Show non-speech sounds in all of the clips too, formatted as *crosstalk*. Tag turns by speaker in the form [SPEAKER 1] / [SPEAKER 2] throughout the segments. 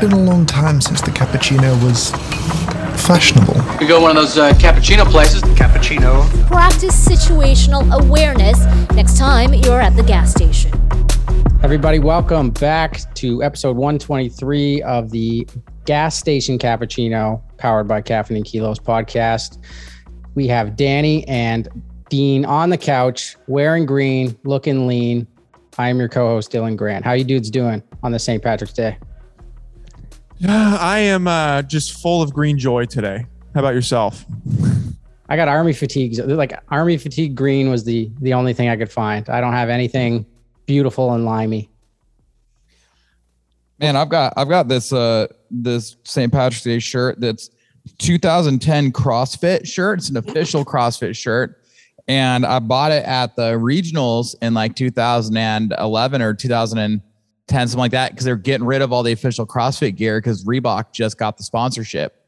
[SPEAKER 1] been a long time since the cappuccino was fashionable.
[SPEAKER 2] We go to one of those uh, cappuccino places.
[SPEAKER 3] Cappuccino.
[SPEAKER 4] Practice situational awareness next time you're at the gas station.
[SPEAKER 5] Everybody, welcome back to episode 123 of the Gas Station Cappuccino, powered by Caffeine and Kilos podcast. We have Danny and Dean on the couch, wearing green, looking lean. I am your co-host Dylan Grant. How you dudes doing on the St. Patrick's Day?
[SPEAKER 6] Yeah, I am uh, just full of green joy today. How about yourself?
[SPEAKER 5] I got army fatigue. Like army fatigue green was the the only thing I could find. I don't have anything beautiful and limey.
[SPEAKER 7] Man, I've got I've got this uh this St. Patrick's Day shirt that's 2010 CrossFit shirt. It's an official CrossFit shirt. And I bought it at the regionals in like 2011 or 2010, something like that, because they're getting rid of all the official CrossFit gear because Reebok just got the sponsorship.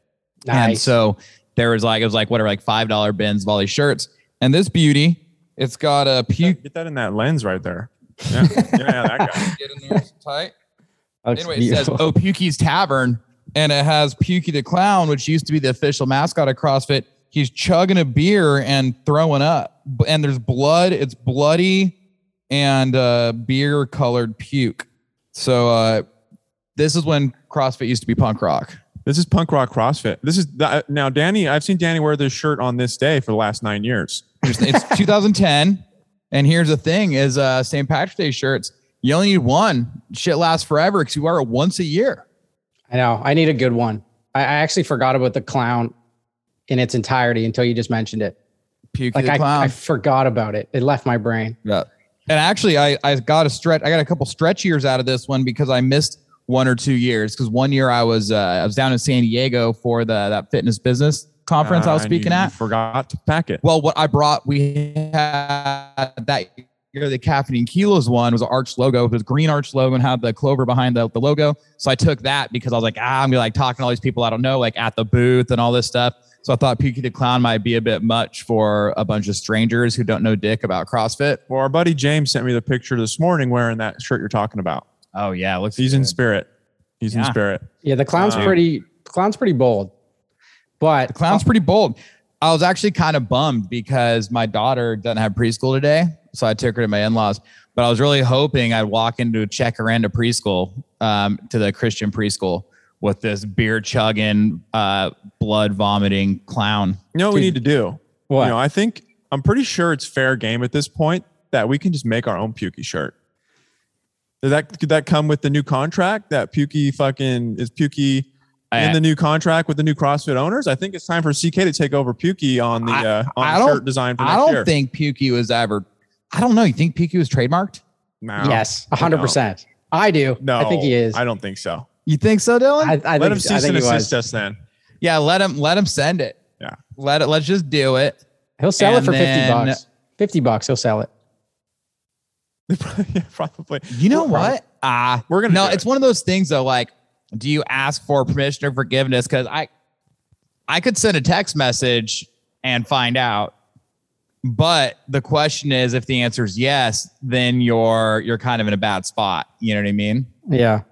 [SPEAKER 5] Nice.
[SPEAKER 7] And so there was like, it was like whatever, like $5 bins of all these shirts. And this beauty, it's got a puke.
[SPEAKER 6] Get that in that lens right *laughs* there. Yeah, yeah that guy.
[SPEAKER 7] Get in there tight.
[SPEAKER 5] Looks
[SPEAKER 7] Anyway, it says
[SPEAKER 5] beautiful.
[SPEAKER 7] Oh Pukey's Tavern, and it has Pukey the Clown, which used to be the official mascot of CrossFit. He's chugging a beer and throwing up, B- and there's blood. It's bloody and uh, beer colored puke. So uh, this is when CrossFit used to be punk rock.
[SPEAKER 6] This is punk rock CrossFit. This is the, now Danny. I've seen Danny wear this shirt on this day for the last nine years.
[SPEAKER 5] *laughs*
[SPEAKER 7] Here's- It's 2010, and here's the thing: is uh, St. Patrick's Day shirts. You only need one. Shit lasts forever because you wear it once a year.
[SPEAKER 5] I know. I need a good one. I, I actually forgot about the clown in its entirety until you just mentioned it.
[SPEAKER 7] Pukey
[SPEAKER 5] Like
[SPEAKER 7] the clown.
[SPEAKER 5] I, I forgot about it. It left my brain.
[SPEAKER 7] Yeah. And actually, I, I got a stretch. I got a couple stretch years out of this one because I missed one or two years. Because one year I was uh, I was down in San Diego for the that fitness business conference I was
[SPEAKER 6] Uh, and
[SPEAKER 7] speaking
[SPEAKER 6] you
[SPEAKER 7] at.
[SPEAKER 6] Forgot to pack it.
[SPEAKER 7] Well, what I brought, we had that year, the Caffeine and Kilos one was an arch logo. It was green arch logo and had the clover behind the, the logo. So I took that because I was like, ah, I'm gonna like talking to all these people I don't know, like at the booth and all this stuff. So I thought Pukey the Clown might be a bit much for a bunch of strangers who don't know dick about CrossFit.
[SPEAKER 6] Well, our buddy James sent me the picture this morning wearing that shirt you're talking about.
[SPEAKER 7] Oh yeah, looks
[SPEAKER 6] He's in spirit. He's in
[SPEAKER 7] Yeah.
[SPEAKER 6] spirit.
[SPEAKER 5] Yeah, the clown's
[SPEAKER 6] Um,
[SPEAKER 5] pretty. The clown's pretty bold, but
[SPEAKER 7] The clown's pretty bold. I was actually kind of bummed because my daughter doesn't have preschool today. So I took her to my in laws, but I was really hoping I'd walk into check her into preschool, um, to the Christian preschool with this beer chugging, uh, blood vomiting clown.
[SPEAKER 6] You know what we need to do?
[SPEAKER 5] What?
[SPEAKER 6] You know, I think I'm pretty sure it's fair game at this point that we can just make our own Pukey shirt. Did that could that come with the new contract that Pukey fucking is Pukey in
[SPEAKER 7] I-
[SPEAKER 6] the new contract with the new CrossFit owners? I think it's time for CK to take over Pukey on the
[SPEAKER 7] I-
[SPEAKER 6] uh, on
[SPEAKER 7] I
[SPEAKER 6] the
[SPEAKER 7] don't-
[SPEAKER 6] shirt design for next
[SPEAKER 7] I don't
[SPEAKER 6] year.
[SPEAKER 7] think Pukey was ever, I don't know. You think Pukey was trademarked?
[SPEAKER 6] no,
[SPEAKER 5] yes, hundred percent. I do.
[SPEAKER 6] No,
[SPEAKER 5] I think he is.
[SPEAKER 6] I don't think so.
[SPEAKER 7] You think so, Dylan?
[SPEAKER 5] I, I think,
[SPEAKER 6] Let him
[SPEAKER 5] I
[SPEAKER 6] cease
[SPEAKER 5] think
[SPEAKER 6] and
[SPEAKER 5] he was.
[SPEAKER 6] assist us then.
[SPEAKER 7] yeah. Let him, let him send it.
[SPEAKER 6] Yeah. *laughs*
[SPEAKER 7] Let it, let's just do it.
[SPEAKER 5] He'll sell it
[SPEAKER 7] And
[SPEAKER 5] for
[SPEAKER 7] then-
[SPEAKER 5] fifty bucks. Fifty bucks. He'll sell it.
[SPEAKER 6] yeah,
[SPEAKER 5] *laughs*
[SPEAKER 6] probably.
[SPEAKER 7] You know
[SPEAKER 6] We're probably-
[SPEAKER 7] what? Ah,
[SPEAKER 6] We're gonna
[SPEAKER 7] No,
[SPEAKER 6] do
[SPEAKER 7] it's
[SPEAKER 6] it.
[SPEAKER 7] one of those things though. Like, do you ask for permission or forgiveness? Because I, I could send a text message and find out. But the question is, if the answer is yes, then you're you're kind of in a bad spot. You know what I mean?
[SPEAKER 5] Yeah.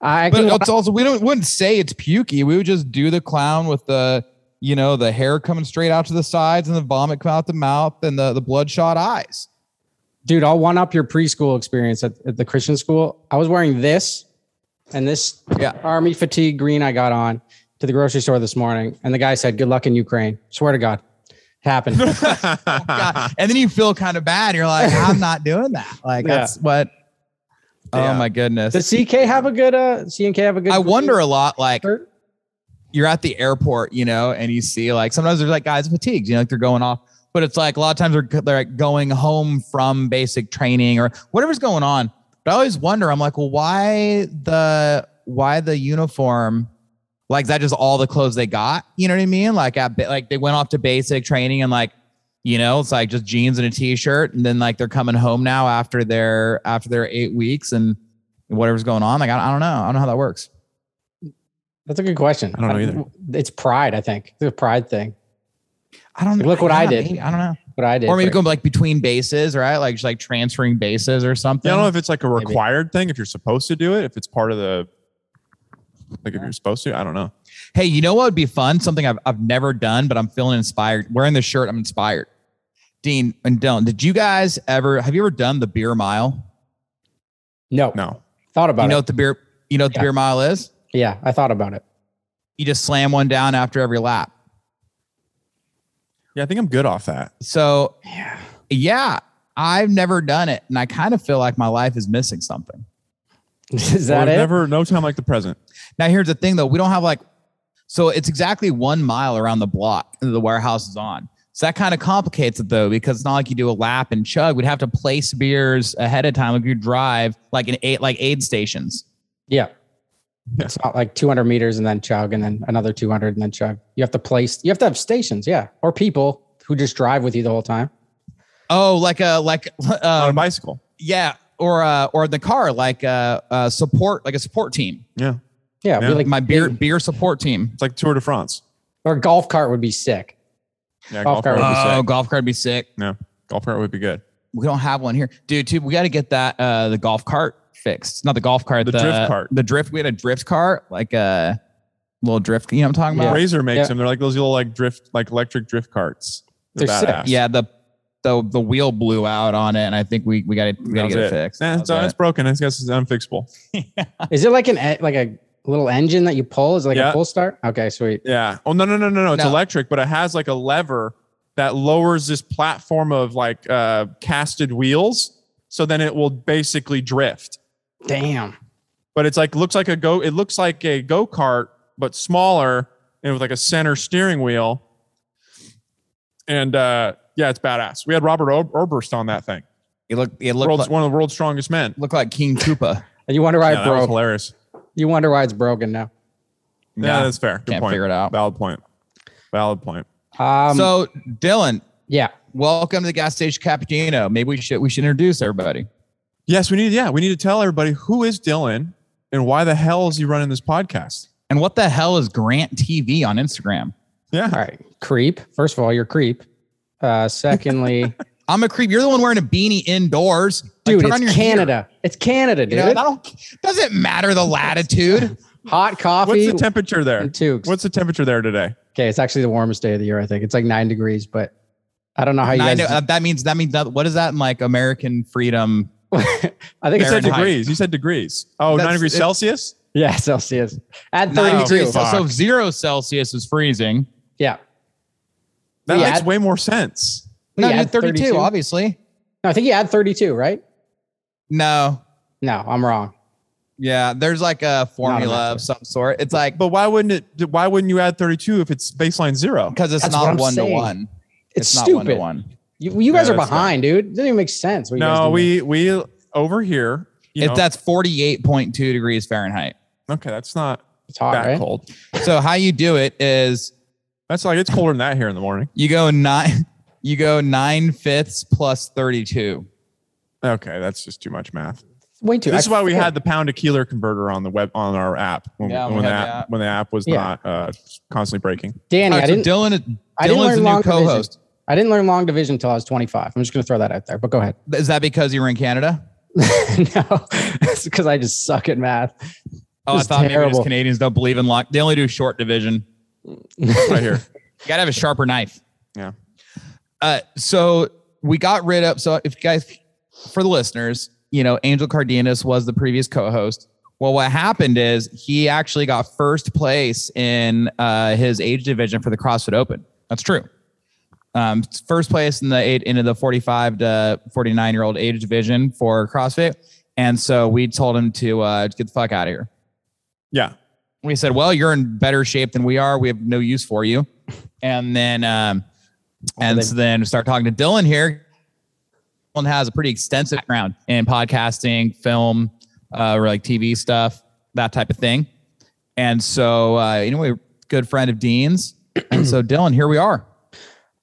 [SPEAKER 5] I
[SPEAKER 7] But
[SPEAKER 5] can,
[SPEAKER 7] it's also we don't wouldn't say it's pukey. We would just do the clown with the you know the hair coming straight out to the sides and the vomit come out the mouth and the the bloodshot eyes.
[SPEAKER 5] dude, I'll one up your preschool experience at, at the Christian school. I was wearing this and this
[SPEAKER 7] Yeah.
[SPEAKER 5] army fatigue green I got on to the grocery store this morning, and the guy said, "Good luck in Ukraine." Swear to God, it happened.
[SPEAKER 6] *laughs*
[SPEAKER 7] God. and then you feel kind of bad. You're like, I'm not doing that.
[SPEAKER 5] *laughs*
[SPEAKER 7] Like
[SPEAKER 5] Yeah.
[SPEAKER 7] that's what.
[SPEAKER 6] Yeah.
[SPEAKER 7] Oh my goodness.
[SPEAKER 5] Does CK have a good? Uh, CNK have a good?
[SPEAKER 7] I wonder a lot. Like
[SPEAKER 5] Shirt?
[SPEAKER 7] you're at the airport, you know, and you see like sometimes there's like guys fatigued, you know, like they're going off. But it's like a lot of times they're they're like going home from basic training or whatever's going on. But I always wonder. I'm like, well, why the why the uniform? Like is that just all the clothes they got? You know what I mean? Like at ba- like they went off to basic training and like you know it's like just jeans and a t-shirt and then like they're coming home now after their after their eight weeks and whatever's going on like i, I don't know i don't know how that works
[SPEAKER 5] That's a good question.
[SPEAKER 6] I don't know either.
[SPEAKER 5] It's pride, I think. It's a pride thing.
[SPEAKER 7] I don't
[SPEAKER 5] Like, look what I did.
[SPEAKER 7] maybe. I don't know.
[SPEAKER 5] What I did.
[SPEAKER 7] Or maybe
[SPEAKER 5] for-
[SPEAKER 7] going like between bases, right? Like just like transferring bases or something.
[SPEAKER 6] Yeah, I don't know if it's like a
[SPEAKER 7] Maybe.
[SPEAKER 6] required thing, if you're supposed to do it, if it's part of the Like if you're supposed to, I don't know.
[SPEAKER 7] Hey, you know what would be fun? Something I've, I've never done, but I'm feeling inspired. Wearing this shirt, I'm inspired. Dean and Dylan, did you guys ever have you ever done the beer mile?
[SPEAKER 5] No,
[SPEAKER 6] No.
[SPEAKER 5] thought about
[SPEAKER 7] you know
[SPEAKER 5] it.
[SPEAKER 7] what the beer you know what
[SPEAKER 5] Yeah.
[SPEAKER 7] the beer mile is?
[SPEAKER 5] Yeah, I thought about it. *laughs*
[SPEAKER 7] You just slam one down after every lap.
[SPEAKER 6] Yeah, I think I'm good off that.
[SPEAKER 7] So
[SPEAKER 5] Yeah,
[SPEAKER 7] yeah, I've never done it. And I kind of feel like my life is missing something.
[SPEAKER 5] is
[SPEAKER 6] Or
[SPEAKER 5] that it?
[SPEAKER 6] Never, no time like the present.
[SPEAKER 7] Now here's the thing though, we don't have like so it's exactly one mile around the block that the warehouse is on. So that kind of complicates it though, because it's not like you do a lap and chug. We'd have to place beers ahead of time. Like you drive like an eight like aid stations.
[SPEAKER 5] Yeah. It's not like 200 meters and then chug and then another 200 and then chug. You have to place, you have to have stations. Yeah. Or people who just drive with you the whole time.
[SPEAKER 7] Oh, like a like *laughs*
[SPEAKER 6] on a
[SPEAKER 7] um,
[SPEAKER 6] bicycle.
[SPEAKER 7] yeah, or uh or the car, like uh uh support like a support team.
[SPEAKER 6] Yeah.
[SPEAKER 5] Yeah. it'd be
[SPEAKER 6] Yeah.
[SPEAKER 5] like
[SPEAKER 7] My beer beer support team.
[SPEAKER 6] It's like Tour de France.
[SPEAKER 5] Or golf cart would be
[SPEAKER 7] *laughs*
[SPEAKER 5] sick.
[SPEAKER 6] Yeah,
[SPEAKER 5] Golf
[SPEAKER 6] golf,
[SPEAKER 5] cart
[SPEAKER 6] cart would be
[SPEAKER 7] Oh,
[SPEAKER 6] sick.
[SPEAKER 7] golf cart would be sick.
[SPEAKER 6] No, golf cart would be good.
[SPEAKER 7] we don't have one here, dude. Too, we got to get that uh the golf cart fixed. Not the golf cart, the,
[SPEAKER 6] The drift cart.
[SPEAKER 7] The drift. We had a drift cart, like a little drift. You know what I'm talking about?
[SPEAKER 6] Razor makes
[SPEAKER 5] Yeah.
[SPEAKER 6] them. They're like those little like drift, like electric drift carts.
[SPEAKER 5] They're sick.
[SPEAKER 6] badass.
[SPEAKER 7] Yeah. The the the wheel blew out on it, and I think we we got to we got to
[SPEAKER 6] That was
[SPEAKER 7] get it,
[SPEAKER 6] it.
[SPEAKER 7] fixed.
[SPEAKER 6] Nah,
[SPEAKER 7] That
[SPEAKER 6] it's, uh,
[SPEAKER 7] was
[SPEAKER 6] it's
[SPEAKER 7] it.
[SPEAKER 6] broken. I guess it's unfixable.
[SPEAKER 5] Is it like an, e- like a little engine that you pull? Is it like a
[SPEAKER 6] Yeah.
[SPEAKER 5] pull start? Okay. Sweet.
[SPEAKER 6] Yeah. Oh no no no no no. It's
[SPEAKER 7] No.
[SPEAKER 6] electric, but it has like a lever that lowers this platform of like uh casted wheels. So then it will basically drift.
[SPEAKER 5] Damn.
[SPEAKER 6] But it's like looks like a go. It looks like a go kart, but smaller and with like a center steering wheel. And uh yeah, it's badass. We had Robert Ob- Oberst on that thing.
[SPEAKER 7] It looked it looked
[SPEAKER 6] World's,
[SPEAKER 7] like,
[SPEAKER 6] one of the world's strongest men.
[SPEAKER 7] looked like King Koopa.
[SPEAKER 5] And you wonder why
[SPEAKER 6] Yeah,
[SPEAKER 5] it
[SPEAKER 6] that was
[SPEAKER 5] broke.
[SPEAKER 6] hilarious.
[SPEAKER 5] you wonder why it's broken now.
[SPEAKER 6] *laughs* Yeah,
[SPEAKER 7] Yeah.
[SPEAKER 6] that's fair. Good
[SPEAKER 7] Can't
[SPEAKER 6] point.
[SPEAKER 7] figure it out.
[SPEAKER 6] Valid point. Valid point.
[SPEAKER 5] Um, so
[SPEAKER 7] so Dylan,
[SPEAKER 5] yeah.
[SPEAKER 7] welcome to the gas station cappuccino. Maybe we should we should introduce everybody.
[SPEAKER 6] Yes, we need. Yeah, we need to tell everybody who is Dylan and why the hell is he running this podcast.
[SPEAKER 7] And what the hell is Grant TV on Instagram?
[SPEAKER 6] Yeah,
[SPEAKER 5] All right. Creep. First of all, you're a creep. Uh,
[SPEAKER 7] *laughs*
[SPEAKER 5] secondly,
[SPEAKER 7] I'm a creep. You're the one wearing a beanie indoors. Like,
[SPEAKER 5] dude,
[SPEAKER 7] turn on your
[SPEAKER 5] it's
[SPEAKER 7] heater.
[SPEAKER 5] Canada. It's Canada, dude.
[SPEAKER 7] You know, I don't. Doesn't matter the latitude.
[SPEAKER 5] Hot
[SPEAKER 6] What's
[SPEAKER 5] coffee.
[SPEAKER 6] the temperature there?
[SPEAKER 5] and Tukes.
[SPEAKER 6] What's the temperature there today?
[SPEAKER 5] Okay, it's actually the warmest day of the year. I think it's like nine degrees, but I don't know how you
[SPEAKER 7] Nine,
[SPEAKER 5] guys.
[SPEAKER 7] uh, that means that means that, what is that in like American freedom?
[SPEAKER 5] I think
[SPEAKER 6] You
[SPEAKER 5] it's
[SPEAKER 6] said
[SPEAKER 7] Fahrenheit.
[SPEAKER 6] degrees. You said degrees. Oh, nine
[SPEAKER 7] That's-
[SPEAKER 6] degrees
[SPEAKER 7] it-
[SPEAKER 6] Celsius.
[SPEAKER 5] yeah Celsius at
[SPEAKER 7] Nine
[SPEAKER 5] thirty-two.
[SPEAKER 7] degrees. So zero Celsius is freezing.
[SPEAKER 5] Yeah,
[SPEAKER 6] That
[SPEAKER 5] Yeah,
[SPEAKER 6] makes
[SPEAKER 5] I-
[SPEAKER 6] way more sense.
[SPEAKER 7] No,
[SPEAKER 5] Yeah,
[SPEAKER 7] dude, 32,
[SPEAKER 5] 32.
[SPEAKER 7] obviously.
[SPEAKER 5] no, I think you had thirty-two, right?
[SPEAKER 7] No.
[SPEAKER 5] No, I'm wrong.
[SPEAKER 7] Yeah, there's like a formula
[SPEAKER 5] American.
[SPEAKER 7] of some sort. It's like
[SPEAKER 6] But why wouldn't it? Why wouldn't you add thirty-two if it's baseline zero?
[SPEAKER 7] because it's
[SPEAKER 5] That's what
[SPEAKER 7] not
[SPEAKER 5] I'm
[SPEAKER 7] one to
[SPEAKER 5] saying.
[SPEAKER 7] one.
[SPEAKER 5] It's,
[SPEAKER 7] not one to
[SPEAKER 5] stupid.
[SPEAKER 7] one.
[SPEAKER 5] You, you guys
[SPEAKER 6] Yeah,
[SPEAKER 5] are
[SPEAKER 6] that's
[SPEAKER 5] behind, dude. It doesn't even make sense. what you guys
[SPEAKER 6] No,
[SPEAKER 5] do.
[SPEAKER 6] we we over here. You
[SPEAKER 7] If
[SPEAKER 6] know,
[SPEAKER 7] that's 48.2 degrees Fahrenheit.
[SPEAKER 6] okay, that's not
[SPEAKER 5] it's hot,
[SPEAKER 6] that
[SPEAKER 5] right?
[SPEAKER 6] cold.
[SPEAKER 7] So how you do it is
[SPEAKER 6] That's like it's colder than that here in the morning.
[SPEAKER 7] you go nine, you go nine fifths plus 32.
[SPEAKER 6] Okay, that's just too much math.
[SPEAKER 5] It's way too.
[SPEAKER 6] This is
[SPEAKER 5] I
[SPEAKER 6] why we
[SPEAKER 5] forget.
[SPEAKER 6] had the pound to keeler converter on the web on our app when,
[SPEAKER 7] Yeah, we
[SPEAKER 6] when, the,
[SPEAKER 7] had
[SPEAKER 6] app,
[SPEAKER 7] the app.
[SPEAKER 6] when the app was
[SPEAKER 5] Yeah.
[SPEAKER 6] not uh, constantly breaking.
[SPEAKER 5] Danny.
[SPEAKER 7] All
[SPEAKER 5] I
[SPEAKER 7] right,
[SPEAKER 5] didn't.
[SPEAKER 7] so Dylan,
[SPEAKER 5] I didn't
[SPEAKER 7] Dylan's
[SPEAKER 5] learn
[SPEAKER 7] the
[SPEAKER 5] long
[SPEAKER 7] new
[SPEAKER 5] division.
[SPEAKER 7] co-host.
[SPEAKER 5] I didn't learn long division until I was twenty-five. I'm just going to throw that out there. But go ahead.
[SPEAKER 7] Is that because you were in Canada?
[SPEAKER 5] *laughs* no, it's because I just suck at math.
[SPEAKER 7] Oh, I
[SPEAKER 5] It's
[SPEAKER 7] thought maybe
[SPEAKER 5] terrible.
[SPEAKER 7] just Canadians don't believe in lock. They only do short division.
[SPEAKER 6] Right
[SPEAKER 5] *laughs*
[SPEAKER 6] here.
[SPEAKER 7] You gotta have a sharper knife.
[SPEAKER 6] Yeah.
[SPEAKER 7] Uh, so we got rid of. So if you guys, for the listeners, you know, Angel Cardenas was the previous co-host. Well, what happened is he actually got first place in uh, his age division for the CrossFit Open. That's true. Um, first place in the eight into the 45 to 49 year old age division for CrossFit. And so we told him to uh, get the fuck out of here.
[SPEAKER 6] Yeah.
[SPEAKER 7] we said, "Well, you're in better shape than we are. We have no use for you." And then, um, and
[SPEAKER 5] they-
[SPEAKER 7] so then start talking to Dylan here. Dylan has a pretty extensive background in podcasting, film, uh, or like TV stuff, that type of thing. And so, uh, anyway, good friend of Dean's. and so, Dylan, here we are.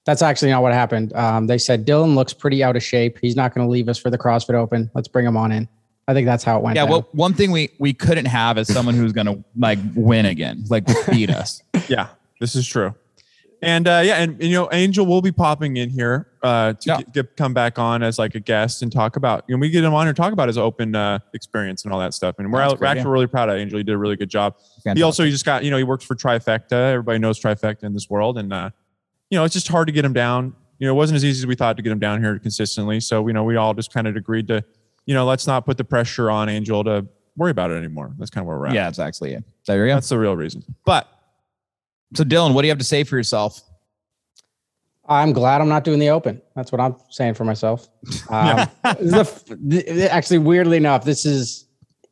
[SPEAKER 5] That's actually not what happened. Um, they said Dylan looks pretty out of shape. He's not going to leave us for the CrossFit Open. Let's bring him on in. I think that's how it went.
[SPEAKER 7] Yeah.
[SPEAKER 5] down.
[SPEAKER 7] Well, one thing we we couldn't *laughs* have is someone who's going to like win again, like beat us.
[SPEAKER 6] Yeah. This is true. And uh, yeah, and, and, you know, Angel will be popping in here uh, to
[SPEAKER 7] Yeah.
[SPEAKER 6] get, get- come back on as like a guest and talk about. And we get him on and talk about his open uh, experience and all that stuff. And we're,
[SPEAKER 7] That's
[SPEAKER 6] out- we're
[SPEAKER 7] great,
[SPEAKER 6] actually
[SPEAKER 7] yeah.
[SPEAKER 6] really proud of Angel. He did a really good job. He
[SPEAKER 7] Fantastic.
[SPEAKER 6] also he just got you know he works for Trifecta. Everybody knows Trifecta in this world, and uh, you know it's just hard to get him down. You know, it wasn't as easy as we thought to get him down here consistently. So you know, we all just kind of agreed to, you know, let's not put the pressure on Angel to worry about it anymore. That's kind of where we're at.
[SPEAKER 7] yeah, it's actually it. There you go.
[SPEAKER 6] that's the real reason. But
[SPEAKER 7] So Dylan, what do you have to say for yourself?
[SPEAKER 5] I'm glad I'm not doing the open. That's what I'm saying for
[SPEAKER 7] *laughs*
[SPEAKER 5] myself. Um, this is the f- th- th- actually, weirdly enough, this is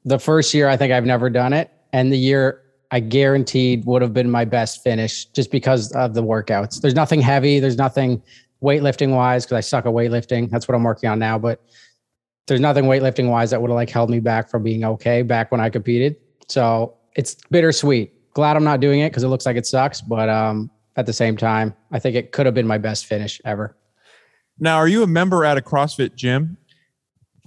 [SPEAKER 5] the first year I think I've never done it, and the year I guaranteed would have been my best finish just because of the workouts. There's nothing heavy. There's nothing weightlifting wise because I suck at weightlifting. That's what I'm working on now. But there's nothing weightlifting wise that would have like held me back from being okay back when I competed. So it's bittersweet. Glad I'm not doing it because it looks like it sucks, but um, at the same time, I think it could have been my best finish ever.
[SPEAKER 6] now, are you a member at a CrossFit gym?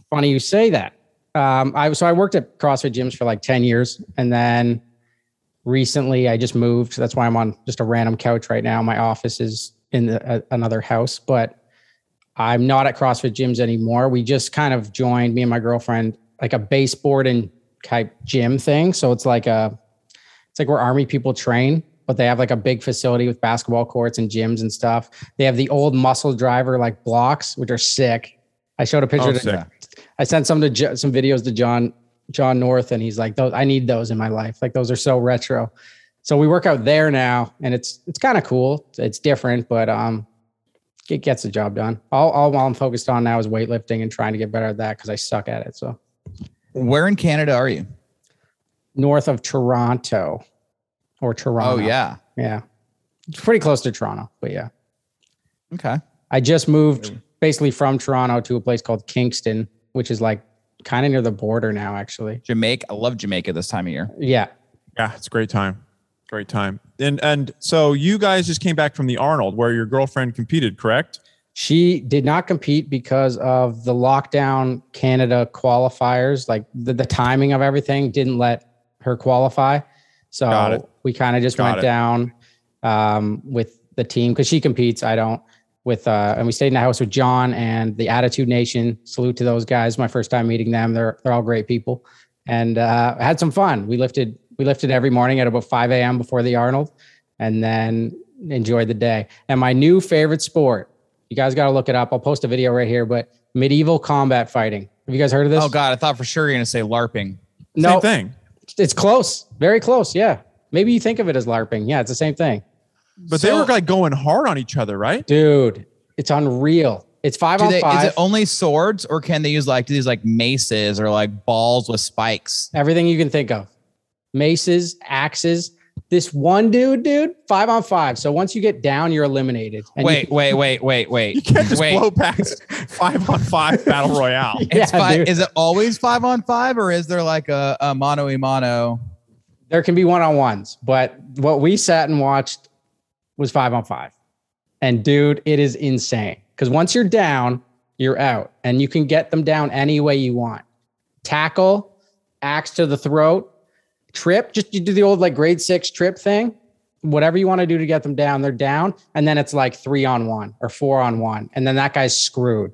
[SPEAKER 5] Funny you say that. Um, I so I worked at CrossFit gyms for like ten years, and then recently I just moved. That's why I'm on just a random couch right now. My office is in the, a, another house, but I'm not at CrossFit gyms anymore. We just kind of joined me and my girlfriend like a baseboard and type gym thing. So it's like a it's like where army people train, but they have like a big facility with basketball courts and gyms and stuff. They have the old muscle driver like blocks, which are sick. I showed a picture.
[SPEAKER 6] Oh,
[SPEAKER 5] to,
[SPEAKER 6] sick.
[SPEAKER 5] I sent some to Jo- some videos to John John North, and he's like, "Those I need those in my life. Like those are so retro." So we work out there now, and it's it's kind of cool. It's different, but um, it gets the job done. All, all I'm focused on now is weightlifting and trying to get better at that because I suck at it. So
[SPEAKER 7] Where in Canada are you?
[SPEAKER 5] north of Toronto, or
[SPEAKER 7] Oh
[SPEAKER 5] Toronto.
[SPEAKER 7] yeah.
[SPEAKER 5] yeah, it's pretty close to Toronto, but yeah.
[SPEAKER 7] Okay.
[SPEAKER 5] I just moved basically from Toronto to a place called Kingston, which is like kind of near the border now, actually.
[SPEAKER 7] Jamaica. I love Jamaica this time of year.
[SPEAKER 5] Yeah,
[SPEAKER 6] Yeah, it's a great time. Great time. And and so you guys just came back from the Arnold where your girlfriend competed, correct?
[SPEAKER 5] She did not compete because of the lockdown Canada qualifiers. Like the, the timing of everything didn't let her qualify.
[SPEAKER 6] Got it.
[SPEAKER 5] So we kind of just
[SPEAKER 6] Got
[SPEAKER 5] went
[SPEAKER 6] it.
[SPEAKER 5] down um, with the team because she competes. I don't. With uh, and we stayed in the house with John and the Attitude Nation. Salute to those guys. My first time meeting them. They're they're all great people, and uh, had some fun. We lifted we lifted every morning at about five a.m. before the Arnold, and then enjoyed the day. And my new favorite sport. You guys got to look it up. I'll post a video right here. But medieval combat fighting. Have you guys heard of this?
[SPEAKER 7] Oh God, I thought for sure you're gonna say LARPing.
[SPEAKER 5] no,
[SPEAKER 6] Same thing.
[SPEAKER 5] it's close, very close. Yeah, maybe you think of it as LARPing. Yeah, it's the same thing,
[SPEAKER 6] But they
[SPEAKER 7] So-
[SPEAKER 6] were like going hard on each other, right?
[SPEAKER 5] dude. It's unreal. It's five
[SPEAKER 7] Do
[SPEAKER 5] on
[SPEAKER 7] they, is
[SPEAKER 5] five.
[SPEAKER 7] it only swords or can they use like do these like maces or like balls with spikes?
[SPEAKER 5] Everything you can think of, maces, axes. This one dude, dude, five on five. So once you get down, you're eliminated. And you-
[SPEAKER 7] Wait, wait, wait, wait,
[SPEAKER 5] *laughs*
[SPEAKER 7] wait.
[SPEAKER 6] You can't just
[SPEAKER 7] wait.
[SPEAKER 6] blow past five on five battle royale.
[SPEAKER 5] *laughs*
[SPEAKER 7] It's
[SPEAKER 5] Yeah,
[SPEAKER 7] five,
[SPEAKER 5] dude.
[SPEAKER 7] is it always five on five or is there like a, a mono e mono?
[SPEAKER 5] there can be one on ones, but what we sat and watched was five on five. And dude, it is insane. Because once you're down, you're out, and you can get them down any way you want tackle, axe to the throat, trip. Just you do the old like grade six trip thing. Whatever you want to do to get them down, they're down. And then it's like three on one or four on one. And then that guy's screwed.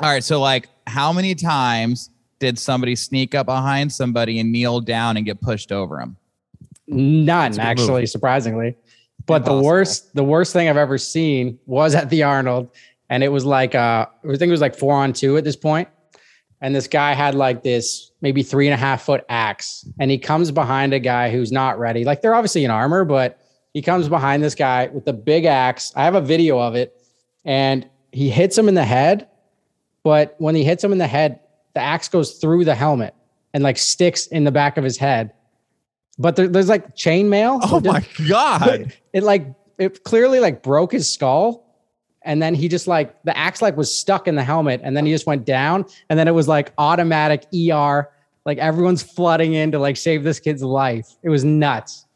[SPEAKER 7] All right. So like how many times did somebody sneak up behind somebody and kneel down and get pushed over them?
[SPEAKER 5] None,
[SPEAKER 6] a good
[SPEAKER 5] actually,
[SPEAKER 6] movie.
[SPEAKER 5] surprisingly. But the
[SPEAKER 7] Impossible.
[SPEAKER 5] worst, the worst thing I've ever seen was at the Arnold, and it was like uh, I think it was like four on two at this point, and this guy had like this maybe three and a half foot axe, and he comes behind a guy who's not ready. Like they're obviously in armor, but he comes behind this guy with the big axe. I have a video of it, and he hits him in the head, but when he hits him in the head, the axe goes through the helmet and like sticks in the back of his head. But there, there's like chainmail.
[SPEAKER 6] Oh my God.
[SPEAKER 5] It like it clearly like broke his skull, and then he just like the axe like was stuck in the helmet, and then he just went down, and then it was like automatic ER. Like everyone's flooding in to like save this kid's life. It was nuts.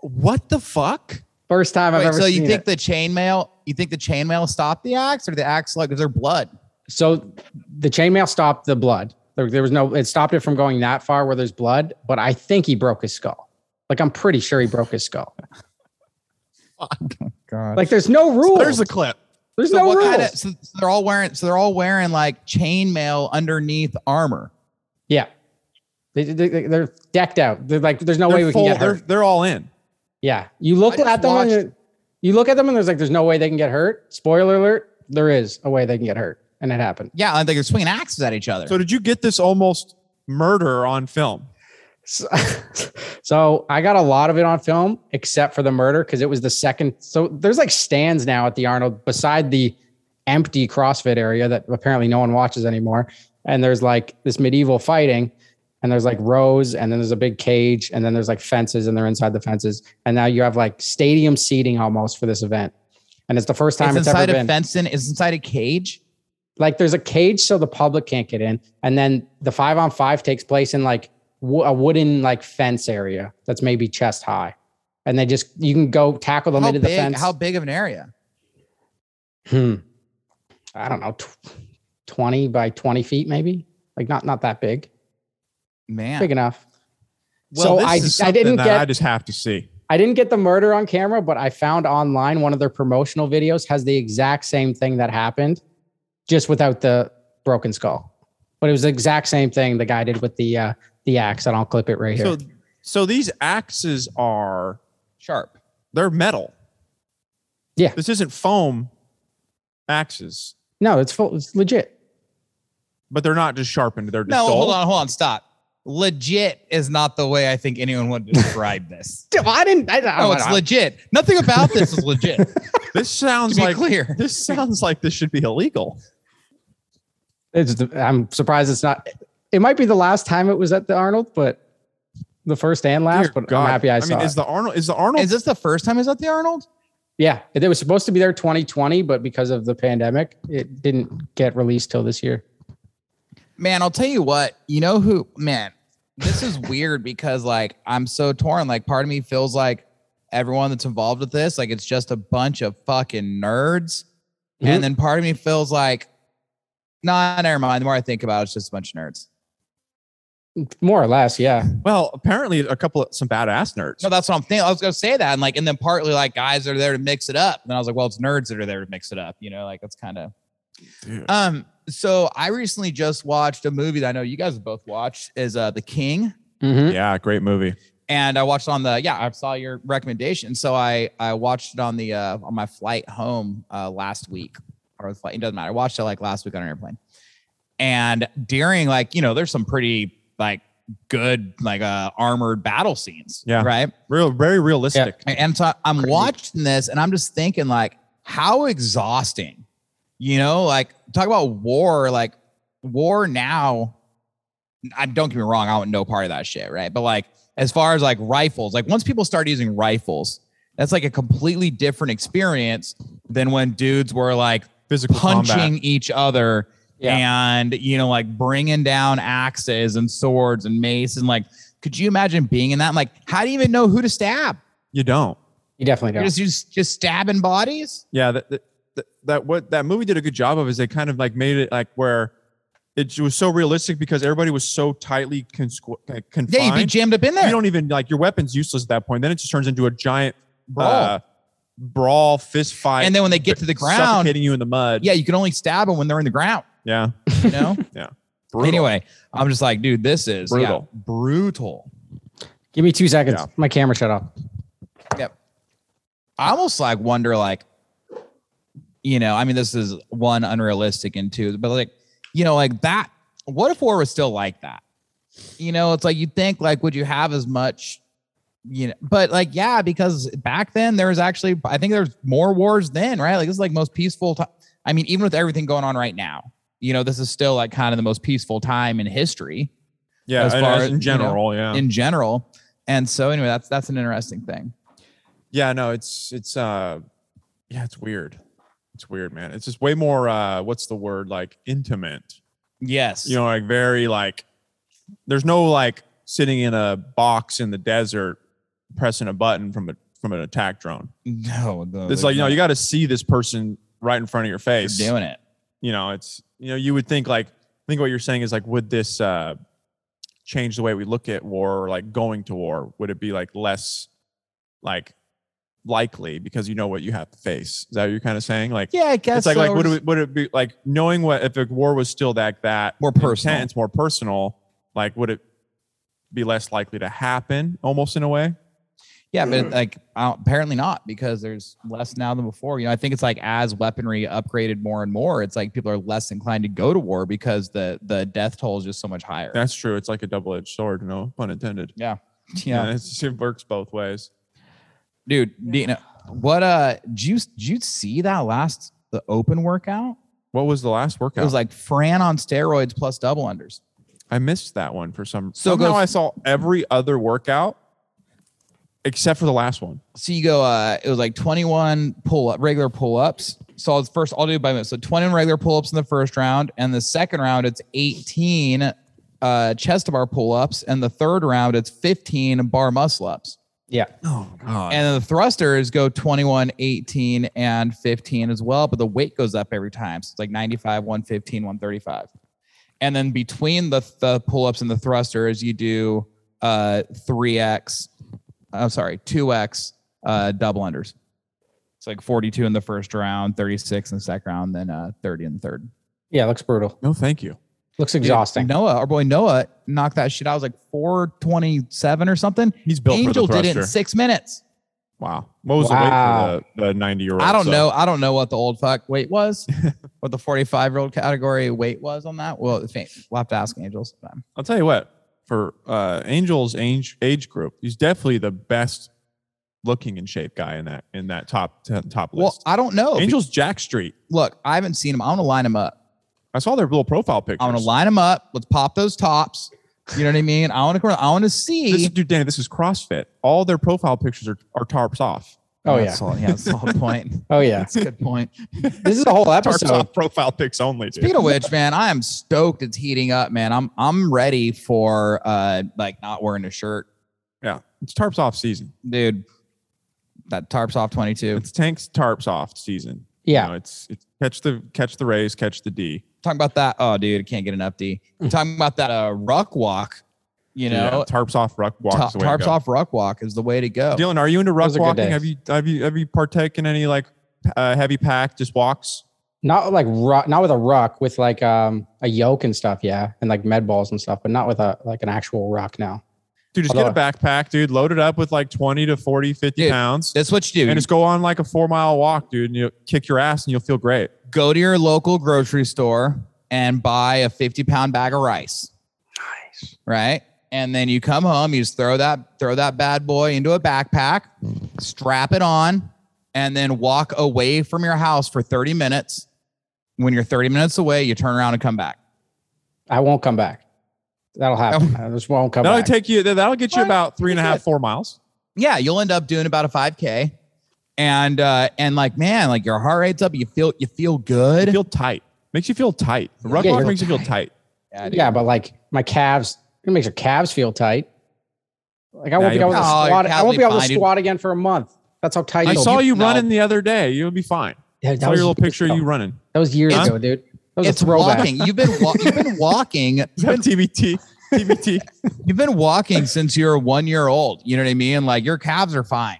[SPEAKER 6] What the fuck?
[SPEAKER 5] First time I've
[SPEAKER 7] Wait,
[SPEAKER 5] ever
[SPEAKER 7] so you
[SPEAKER 5] seen
[SPEAKER 7] think
[SPEAKER 5] it.
[SPEAKER 7] the chainmail, you think the chainmail stopped the axe or the axe like is there blood?
[SPEAKER 5] so the chainmail stopped the blood. There, there was no, it stopped it from going that far where there's blood, but I think he broke his skull. Like I'm pretty sure he broke his skull.
[SPEAKER 7] god.
[SPEAKER 5] Like there's no rules.
[SPEAKER 3] There's the clip.
[SPEAKER 5] there's
[SPEAKER 7] so
[SPEAKER 5] no
[SPEAKER 7] what
[SPEAKER 5] rules.
[SPEAKER 7] kind of so, so they're all wearing so they're all wearing like chainmail underneath armor.
[SPEAKER 5] yeah. They, they, they're decked out. They're like, there's no way
[SPEAKER 6] They're,
[SPEAKER 5] Oh, we
[SPEAKER 6] full,
[SPEAKER 5] can get
[SPEAKER 6] they're,
[SPEAKER 5] hurt.
[SPEAKER 6] they're all in.
[SPEAKER 5] Yeah. You look
[SPEAKER 7] I just
[SPEAKER 5] at them and
[SPEAKER 7] watched-
[SPEAKER 5] you- you look at them and there's like, there's no way they can get hurt. Spoiler alert, there is a way they can get hurt. And it happened. *laughs*
[SPEAKER 7] Yeah, like they're swinging axes at each other.
[SPEAKER 6] So did you get this almost murder on film?
[SPEAKER 5] So, so I got a lot of it on film, except for the murder, because it was the second. So there's like stands now at the Arnold beside the empty CrossFit area that apparently no one watches anymore. And there's like this medieval fighting, and there's like rows, and then there's a big cage, and then there's like fences, and they're inside the fences. And now you have like stadium seating almost for this event. And it's the first time
[SPEAKER 7] it's
[SPEAKER 5] it's,
[SPEAKER 7] inside
[SPEAKER 5] ever
[SPEAKER 7] a
[SPEAKER 5] been
[SPEAKER 7] fence and it's inside a cage.
[SPEAKER 5] like there's a cage so the public can't get in and then the five on five takes place in like wo- a wooden like fence area that's maybe chest high and they just you can go tackle them
[SPEAKER 7] How
[SPEAKER 5] into the
[SPEAKER 7] big,
[SPEAKER 5] fence
[SPEAKER 7] how big of an area?
[SPEAKER 5] hmm. i don't know tw- 20 by 20 feet maybe like not not that big
[SPEAKER 7] Man.
[SPEAKER 5] big enough so
[SPEAKER 6] this
[SPEAKER 5] I,
[SPEAKER 6] is
[SPEAKER 5] I
[SPEAKER 6] something
[SPEAKER 5] didn't
[SPEAKER 6] that
[SPEAKER 5] get
[SPEAKER 6] I just have to see.
[SPEAKER 5] I didn't get the murder on camera, but I found online one of their promotional videos has the exact same thing that happened, just without the broken skull. But it was the exact same thing the guy did with the uh, the axe, and I'll clip it right here.
[SPEAKER 6] So so these axes are
[SPEAKER 7] sharp.
[SPEAKER 6] they're metal.
[SPEAKER 5] Yeah.
[SPEAKER 6] This isn't foam axes,
[SPEAKER 5] no, it's full. It's legit.
[SPEAKER 6] but they're not just sharpened. They're just
[SPEAKER 7] No,
[SPEAKER 6] dull.
[SPEAKER 7] hold on, hold on, stop. Legit is not the way I think anyone would describe this.
[SPEAKER 5] Dude, I didn't. *laughs* I, I,
[SPEAKER 7] No, it's legit. Nothing about this
[SPEAKER 5] *laughs*
[SPEAKER 7] is legit. *laughs* to
[SPEAKER 6] This sounds
[SPEAKER 7] be
[SPEAKER 6] like
[SPEAKER 7] clear.
[SPEAKER 6] this sounds like this should be illegal.
[SPEAKER 5] it's the- I'm surprised it's not. It might be the last time it was at the Arnold, but the first and last.
[SPEAKER 6] Dear
[SPEAKER 5] but
[SPEAKER 6] God.
[SPEAKER 5] I'm happy I, saw.
[SPEAKER 6] mean,
[SPEAKER 5] it.
[SPEAKER 6] is the Arnold is the Arnold
[SPEAKER 7] Is this the first time he's at the Arnold?
[SPEAKER 5] yeah, it, it was supposed to be there 2020, but because of the pandemic, it didn't get released till this year.
[SPEAKER 7] Man, I'll tell you what, you know who, man, this is weird because like I'm so torn. Like part of me feels like everyone that's involved with this, like it's just a bunch of fucking nerds.
[SPEAKER 5] Mhm.
[SPEAKER 7] And then part of me feels like, nah, never mind. The more I think about it, it's just a bunch of nerds.
[SPEAKER 5] More or less, yeah.
[SPEAKER 6] well, apparently a couple of some badass nerds.
[SPEAKER 7] No, that's what I'm thinking. I was gonna say that, and like, and then partly like guys are there to mix it up. And then I was like, well, it's nerds that are there to mix it up. You know, like that's kind of.
[SPEAKER 6] Dude.
[SPEAKER 7] Um. So I recently just watched a movie that I know you guys have both watched is uh The King,
[SPEAKER 5] Mhm.
[SPEAKER 6] yeah, great movie.
[SPEAKER 7] and I watched on the yeah I saw your recommendation, so I I watched it on the uh on my flight home uh last week or the flight it doesn't matter. I watched it like last week on an airplane, and during like you know there's some pretty like good like uh armored battle scenes.
[SPEAKER 6] Yeah.
[SPEAKER 7] Right.
[SPEAKER 6] Real very realistic.
[SPEAKER 7] And, and so I'm watching this and I'm just thinking like how exhausting, you know, like talk about war, like war now. I don't get me wrong, I want no part of that shit, right? But like as far as like rifles, like once people start using rifles, that's like a completely different experience than when dudes were like
[SPEAKER 6] Physical
[SPEAKER 7] punching
[SPEAKER 6] combat.
[SPEAKER 7] each other
[SPEAKER 5] Yeah.
[SPEAKER 7] and you know like bringing down axes and swords and mace and like could you imagine being in that like how do you even know who to stab
[SPEAKER 6] You don't.
[SPEAKER 5] You definitely
[SPEAKER 7] you're
[SPEAKER 5] don't.
[SPEAKER 7] just, just just stabbing bodies.
[SPEAKER 6] Yeah, that, that that- that what that movie did a good job of is they kind of like made it like where it was so realistic because everybody was so tightly cons- like, confined.
[SPEAKER 7] Yeah, you'd be jammed up in there.
[SPEAKER 6] you don't even like your weapons useless at that point. Then it just turns into a giant brawl, uh, brawl, fist fight,
[SPEAKER 7] and then when they get to the ground,
[SPEAKER 6] suffocating you in the mud.
[SPEAKER 7] yeah, you can only stab them when they're in the ground.
[SPEAKER 6] yeah.
[SPEAKER 7] You know.
[SPEAKER 6] *laughs* Brutal.
[SPEAKER 7] Anyway, I'm just like, dude, this is yeah,
[SPEAKER 6] Brutal.
[SPEAKER 7] brutal.
[SPEAKER 5] Give me two seconds.
[SPEAKER 6] Yeah.
[SPEAKER 5] My camera shut off.
[SPEAKER 7] Yep. I almost like wonder, like, you know, I mean, this is one unrealistic and two, but like, you know, like that. What if war was still like that? You know, it's like you think like, would you have as much? You know, but like, yeah, because back then there was actually, I think there's more wars then, right? Like this is like most peaceful. time. I mean, even with everything going on right now, you know, this is still like kind of the most peaceful time in history
[SPEAKER 6] Yeah,
[SPEAKER 7] as
[SPEAKER 6] and-
[SPEAKER 7] far
[SPEAKER 6] as
[SPEAKER 7] as, you
[SPEAKER 6] in general, yeah.
[SPEAKER 7] in general. And so, anyway, that's that's an interesting thing.
[SPEAKER 6] yeah, no, it's it's uh yeah, it's weird. It's weird, man. It's just way more uh what's the word like intimate.
[SPEAKER 7] Yes.
[SPEAKER 6] You know, like very like there's no like sitting in a box in the desert pressing a button from a from an attack drone.
[SPEAKER 7] No, no
[SPEAKER 6] It's like, you know, you got to see this person right in front of your
[SPEAKER 7] are
[SPEAKER 6] face.
[SPEAKER 7] doing it.
[SPEAKER 6] you know it's you know you would think like I think what you're saying is like would this uh change the way we look at war or like going to war would it be like less like likely because you know what you have to face. Is that what you're kind of saying? Like,
[SPEAKER 7] Yeah, I guess
[SPEAKER 6] it's like, like
[SPEAKER 7] so.
[SPEAKER 6] would it, would it be like knowing what if the war was still that that
[SPEAKER 7] More personal.
[SPEAKER 6] intense, more personal? Like, would it be less likely to happen? Almost in a way.
[SPEAKER 7] Yeah, but like uh, apparently not because there's less now than before. You know, I think it's like as weaponry upgraded more and more, it's like people are less inclined to go to war because the the death toll is just so much higher.
[SPEAKER 6] That's true. It's like a double edged sword. No pun intended.
[SPEAKER 7] yeah.
[SPEAKER 6] Yeah,
[SPEAKER 7] Yeah.
[SPEAKER 6] it's, *laughs* it works both ways.
[SPEAKER 7] Dude, Dina, what uh did you did you see that last the open workout?
[SPEAKER 6] What was the last workout?
[SPEAKER 7] It was like Fran on steroids plus double unders.
[SPEAKER 6] I missed that one for some.
[SPEAKER 7] So
[SPEAKER 6] So somehow
[SPEAKER 7] goes-
[SPEAKER 6] I saw every other workout except for the last one.
[SPEAKER 7] so you go uh it was like 21 pull up regular pull-ups so it's first i'll do by minute so 21 regular pull-ups in the first round and the second round it's 18 uh chest to bar pull-ups and the third round it's 15 bar muscle-ups
[SPEAKER 5] Yeah.
[SPEAKER 7] and then the thrusters go 21 18 and 15 as well but the weight goes up every time so it's like 95 115 135 and then between the, the pull-ups and the thrusters you do uh 3x i'm sorry 2x uh double unders it's like 42 in the first round 36 in the second round then uh 30 in the third
[SPEAKER 5] Yeah. Looks brutal.
[SPEAKER 6] No, thank you.
[SPEAKER 5] Looks exhausting.
[SPEAKER 7] noah our boy noah knocked that shit out it was like 427 or something
[SPEAKER 6] He's built
[SPEAKER 7] angel
[SPEAKER 6] for the
[SPEAKER 7] did it
[SPEAKER 6] thruster.
[SPEAKER 7] in six minutes
[SPEAKER 6] Wow. What was the
[SPEAKER 5] Wow.
[SPEAKER 6] weight for the 90 year old?
[SPEAKER 7] I don't know. I don't know what the old fuck weight
[SPEAKER 5] *laughs*
[SPEAKER 7] was, what the 45 year old category weight was on that. Well, fa- we'll have to ask Angels. sometime.
[SPEAKER 6] I'll tell you what. For uh, Angel's age age group, he's definitely the best looking and shape guy in that in that top ten, top
[SPEAKER 7] Well,
[SPEAKER 6] list.
[SPEAKER 7] I don't know.
[SPEAKER 6] Angel's Jack Street.
[SPEAKER 7] Look, I haven't seen them. I'm going to line them up.
[SPEAKER 6] I saw their little profile pictures.
[SPEAKER 7] I'm going to line them up. Let's pop those tops. You know what I mean? I want to. I want to see.
[SPEAKER 6] This is, dude, Danny. This is CrossFit. All their profile pictures are, are tarps off.
[SPEAKER 5] Oh, yeah.
[SPEAKER 7] That's all- yeah, that's the whole
[SPEAKER 5] *laughs*
[SPEAKER 7] point.
[SPEAKER 5] Oh, yeah.
[SPEAKER 7] That's a good point.
[SPEAKER 5] This is a
[SPEAKER 7] *laughs*
[SPEAKER 5] whole
[SPEAKER 6] Tarps
[SPEAKER 5] episode.
[SPEAKER 6] off profile pics only. Dude.
[SPEAKER 7] Speaking of which, man, I am stoked. It's heating up, man. I'm I'm ready for uh like not wearing a shirt,
[SPEAKER 6] Yeah, it's tarps off season.
[SPEAKER 7] dude. That tarps off 22.
[SPEAKER 6] It's tanks tarps off season.
[SPEAKER 5] Yeah.
[SPEAKER 6] You know, it's it's catch the catch the rays, catch the D.
[SPEAKER 7] talking about that. Oh, dude, I can't get enough D. Talking about that uh, ruck walk. You know,
[SPEAKER 6] Hmm. yeah, tarps off ruck
[SPEAKER 7] ta-
[SPEAKER 6] walks. the way to
[SPEAKER 7] tarps
[SPEAKER 6] go.
[SPEAKER 7] off ruck walk is the way to go.
[SPEAKER 6] Dylan, are you into
[SPEAKER 5] Those are
[SPEAKER 6] ruck
[SPEAKER 5] good
[SPEAKER 6] walking?
[SPEAKER 5] days.
[SPEAKER 6] Have you have you have you partaken any like uh, heavy pack just walks?
[SPEAKER 5] Not like ruck, not with a ruck, with like um a yoke and stuff. Yeah. And like med balls and stuff, but not with a like an actual ruck now.
[SPEAKER 6] Dude, just
[SPEAKER 5] Although-
[SPEAKER 6] get a backpack, dude. Load it up with like 20 to 40, 50
[SPEAKER 7] Dude,
[SPEAKER 6] pounds.
[SPEAKER 7] That's what you do.
[SPEAKER 6] And
[SPEAKER 7] You
[SPEAKER 6] just go on like a four mile walk, dude, and you kick your ass and you'll feel great.
[SPEAKER 7] go to your local grocery store and buy a 50 pound bag of rice. Nice. Right. And then you come home, you just throw that throw that bad boy into a backpack, strap it on, and then walk away from your house for 30 minutes. When you're 30 minutes away, you turn around and come back.
[SPEAKER 5] I won't come back. That'll happen. *laughs* I just won't come
[SPEAKER 6] That'll
[SPEAKER 5] back.
[SPEAKER 6] take you that'll get you about three and a half, four miles.
[SPEAKER 7] yeah, you'll end up doing about a 5K. And uh and like man, like your heart rate's up, you feel you feel good.
[SPEAKER 6] You feel tight. Makes you feel tight. The ruck
[SPEAKER 5] Yeah,
[SPEAKER 6] walk
[SPEAKER 5] you're
[SPEAKER 6] makes you feel tight.
[SPEAKER 7] yeah, dude.
[SPEAKER 5] yeah, but like my calves, it makes your calves feel tight. Like I
[SPEAKER 6] Nah,
[SPEAKER 5] won't be able
[SPEAKER 6] you'll
[SPEAKER 5] to
[SPEAKER 7] be fine.
[SPEAKER 5] squat.
[SPEAKER 7] Oh,
[SPEAKER 5] I won't be able
[SPEAKER 7] Calvin,
[SPEAKER 5] to
[SPEAKER 7] dude.
[SPEAKER 5] squat again for a month. That's how tight.
[SPEAKER 6] I
[SPEAKER 5] it'll
[SPEAKER 6] saw
[SPEAKER 5] be.
[SPEAKER 6] you
[SPEAKER 7] no.
[SPEAKER 6] running the other day. You'll be fine.
[SPEAKER 5] Yeah,
[SPEAKER 6] saw
[SPEAKER 5] was
[SPEAKER 6] your little
[SPEAKER 5] years
[SPEAKER 6] picture of
[SPEAKER 5] ago.
[SPEAKER 6] you running.
[SPEAKER 5] That was years
[SPEAKER 6] Huh?
[SPEAKER 5] ago, dude. That was
[SPEAKER 7] It's
[SPEAKER 5] a throwback.
[SPEAKER 7] walking. You've been wa- you've been
[SPEAKER 5] *laughs*
[SPEAKER 7] walking.
[SPEAKER 6] Is that TBT? TBT.
[SPEAKER 7] You've been walking since you're one year old. You know what I mean? Like your calves are fine.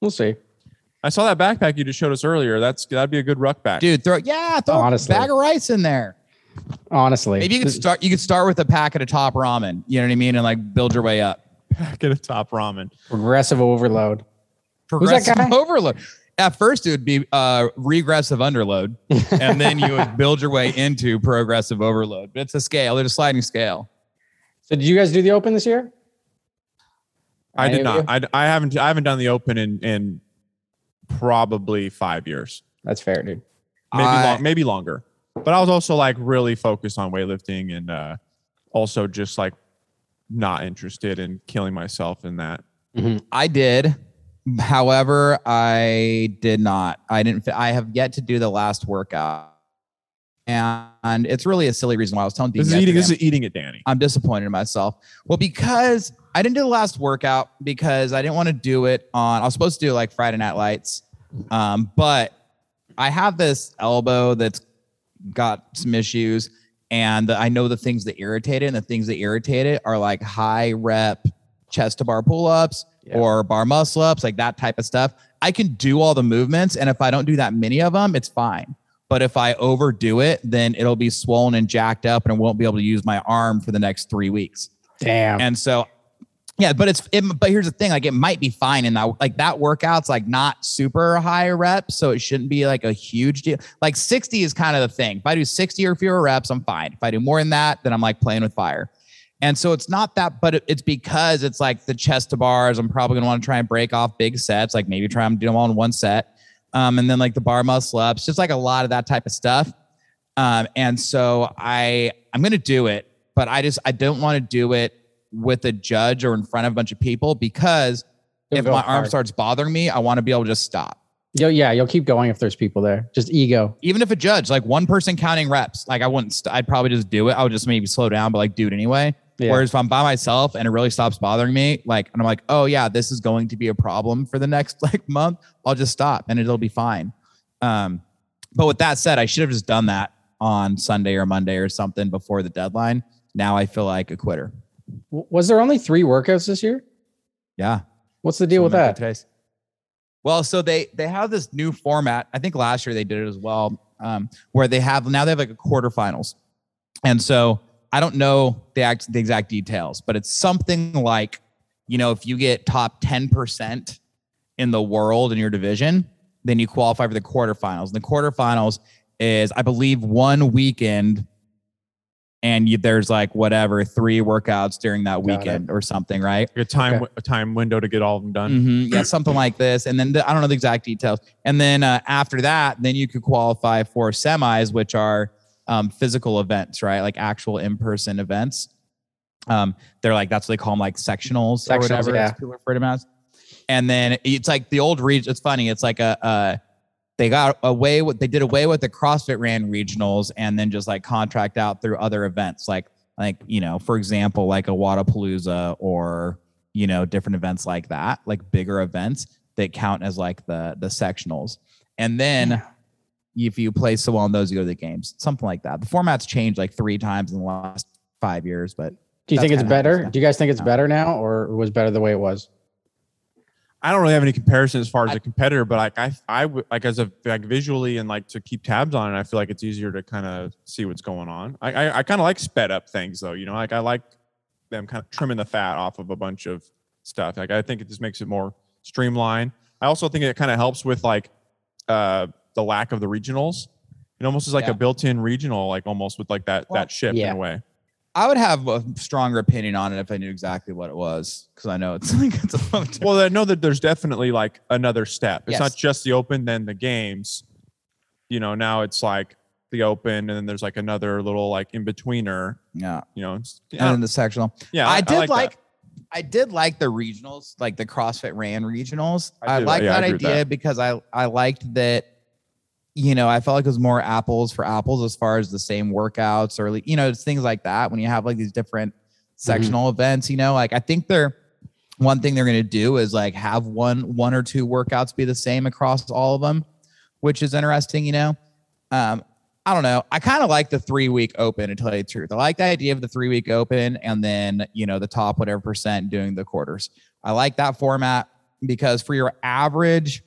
[SPEAKER 5] We'll see.
[SPEAKER 6] I saw that backpack you just showed us earlier. That's that'd be a good ruck back. *laughs*
[SPEAKER 7] Dude, throw yeah, throw
[SPEAKER 5] Honestly.
[SPEAKER 7] a bag of rice in there.
[SPEAKER 5] Honestly,
[SPEAKER 7] Maybe you could
[SPEAKER 5] This-
[SPEAKER 7] start you could start with a packet of top ramen. You know what I mean? And like build your way up.
[SPEAKER 6] Back at a top ramen.
[SPEAKER 5] progressive overload. Who's that
[SPEAKER 7] progressive
[SPEAKER 5] guy?
[SPEAKER 7] overload. At first, it would be uh, regressive
[SPEAKER 5] *laughs*
[SPEAKER 7] underload, and then you would build your way into progressive overload. But it's a scale; it's a sliding scale.
[SPEAKER 5] So, did you guys do the open this year?
[SPEAKER 6] I
[SPEAKER 5] Any
[SPEAKER 6] did
[SPEAKER 5] of
[SPEAKER 6] not.
[SPEAKER 5] you?
[SPEAKER 6] I, I haven't. I haven't done the open in in probably five years,
[SPEAKER 5] That's fair, dude.
[SPEAKER 6] maybe
[SPEAKER 7] I-
[SPEAKER 6] long, maybe longer. But I was also like really focused on weightlifting and uh, also just like not interested in killing myself in that.
[SPEAKER 7] I did, however, I did not. I didn't. fi- I have yet to do the last workout, and it's really a silly reason why I was telling Dean
[SPEAKER 6] This is eating.
[SPEAKER 7] yesterday,
[SPEAKER 6] This is eating it, Danny.
[SPEAKER 7] I'm disappointed in myself. Well, because I didn't do the last workout because I didn't want to do it on. I was supposed to do like Friday Night Lights, um, but I have this elbow that's got some issues, and I know the things that irritate it, and the things that irritate it are like high rep, chest to bar pull ups
[SPEAKER 5] Yeah.
[SPEAKER 7] or bar muscle ups, like that type of stuff. I can do all the movements. And if I don't do that many of them, it's fine. But if I overdo it, then it'll be swollen and jacked up and I won't be able to use my arm for the next three weeks.
[SPEAKER 5] Damn.
[SPEAKER 7] And so, yeah, but it's it, but here's the thing: like it might be fine in that like that workout's like not super high reps, so it shouldn't be like a huge deal. Like sixty is kind of the thing. If I do sixty or fewer reps, I'm fine. If I do more than that, then I'm like playing with fire. And so it's not that, but it- it's because it's like the chest to bars. I'm probably gonna want to try and break off big sets, like maybe try and do them all in one set, um, and then like the bar muscle ups, just like a lot of that type of stuff. Um, and so I I'm gonna do it, but I just I don't want to do it with a judge or in front of a bunch of people because
[SPEAKER 5] You'll
[SPEAKER 7] if
[SPEAKER 5] go
[SPEAKER 7] my arm
[SPEAKER 5] hard.
[SPEAKER 7] starts bothering me, I want to be able to just stop.
[SPEAKER 5] Yo, yeah, you'll keep going if there's people there. Just ego.
[SPEAKER 7] Even if a judge, like one person counting reps, like I wouldn't, st- I'd probably just do it. I would just maybe slow down, but like do it anyway.
[SPEAKER 5] Yeah.
[SPEAKER 7] Whereas if I'm by myself and it really stops bothering me, like, and I'm like, oh yeah, this is going to be a problem for the next *laughs* like month, I'll just stop and it'll be fine. Um, but with that said, I should have just done that on Sunday or Monday or something before the deadline. Now I feel like a quitter.
[SPEAKER 5] W- Was there only three workouts this year?
[SPEAKER 7] Yeah.
[SPEAKER 5] What's the deal with
[SPEAKER 7] Something like
[SPEAKER 5] that?
[SPEAKER 7] today's- Well, so they they have this new format. I think last year they did it as well, um, where they have now they have like a quarterfinals, and so I don't know the, act, the exact details, but it's something like, you know, if you get top ten percent in the world in your division, then you qualify for the quarterfinals. And the quarterfinals is, I believe, one weekend, and you, there's like whatever three workouts during that
[SPEAKER 5] Got it.
[SPEAKER 7] weekend or something, right?
[SPEAKER 6] Like a time
[SPEAKER 5] Okay.
[SPEAKER 6] a time window to get all of them done.
[SPEAKER 7] Mhm, Yeah, something like this. And then the, I don't know the exact details. And then uh, after that, then you could qualify for semis, which are um, physical events, right? Like actual in person events. Um, they're like that's what they call them, like sectionals, or
[SPEAKER 5] Sectionals,
[SPEAKER 7] whatever.
[SPEAKER 5] yeah.
[SPEAKER 7] it's people refer to them as. And then it's like the old region. It's funny. It's like a. Uh, they got away with they did away with the CrossFit ran regionals and then just like contract out through other events like like you know for example like a Wadapalooza or you know different events like that like bigger events that count as like the the sectionals and then if you play so well in those you go to the games something like that the format's changed like three times in the last five years but
[SPEAKER 5] Do you
[SPEAKER 7] That's
[SPEAKER 5] think it's
[SPEAKER 7] kinda how it is
[SPEAKER 5] better?
[SPEAKER 7] now.
[SPEAKER 5] Do you guys think it's
[SPEAKER 7] No.
[SPEAKER 5] better now or it was better the way it was?
[SPEAKER 6] I don't really have any comparison as far as a competitor, but like I, I would like as a like visually and like to keep tabs on it. I feel like it's easier to kind of see what's going on. I, I, I kind of like sped up things though. You know, like I like them kind of trimming the fat off of a bunch of stuff. Like I think it just makes it more streamlined. I also think it kind of helps with like uh the lack of the regionals. It almost is like
[SPEAKER 7] Yeah.
[SPEAKER 6] a built-in regional, like almost with like that
[SPEAKER 7] Well,
[SPEAKER 6] that shift
[SPEAKER 5] yeah.
[SPEAKER 6] in a way.
[SPEAKER 7] i would have a stronger opinion on it if i knew exactly what it was because i know it's *laughs* like it's a lot of
[SPEAKER 6] Well, I know that there's definitely like another step. It's
[SPEAKER 7] Yes.
[SPEAKER 6] not just the open, then the games. You know, now it's like the open, and then there's like another little like in betweener.
[SPEAKER 7] yeah
[SPEAKER 6] You know, it's-
[SPEAKER 7] and
[SPEAKER 6] yeah,
[SPEAKER 7] then the sectional
[SPEAKER 6] yeah,
[SPEAKER 7] Um, I did like,
[SPEAKER 6] that.
[SPEAKER 7] I did like the regionals, like the CrossFit ran regionals.
[SPEAKER 6] I
[SPEAKER 7] I,
[SPEAKER 6] do,
[SPEAKER 7] liked
[SPEAKER 6] yeah, I
[SPEAKER 7] that
[SPEAKER 6] agree with
[SPEAKER 7] idea
[SPEAKER 6] that.
[SPEAKER 7] because I I liked that you know, I felt like it was more apples for apples as far as the same workouts or like, you know, it's things like that when you have like these different
[SPEAKER 6] Mm-hmm.
[SPEAKER 7] sectional events, you know, like I think they're one thing they're going to do is like have one one or two workouts be the same across all of them, which is interesting, you know. Um I don't know. I kind of like the three week open to tell you the truth. I like the idea of the three week open and then, you know, the top whatever percent doing the quarters. I like that format because for your average,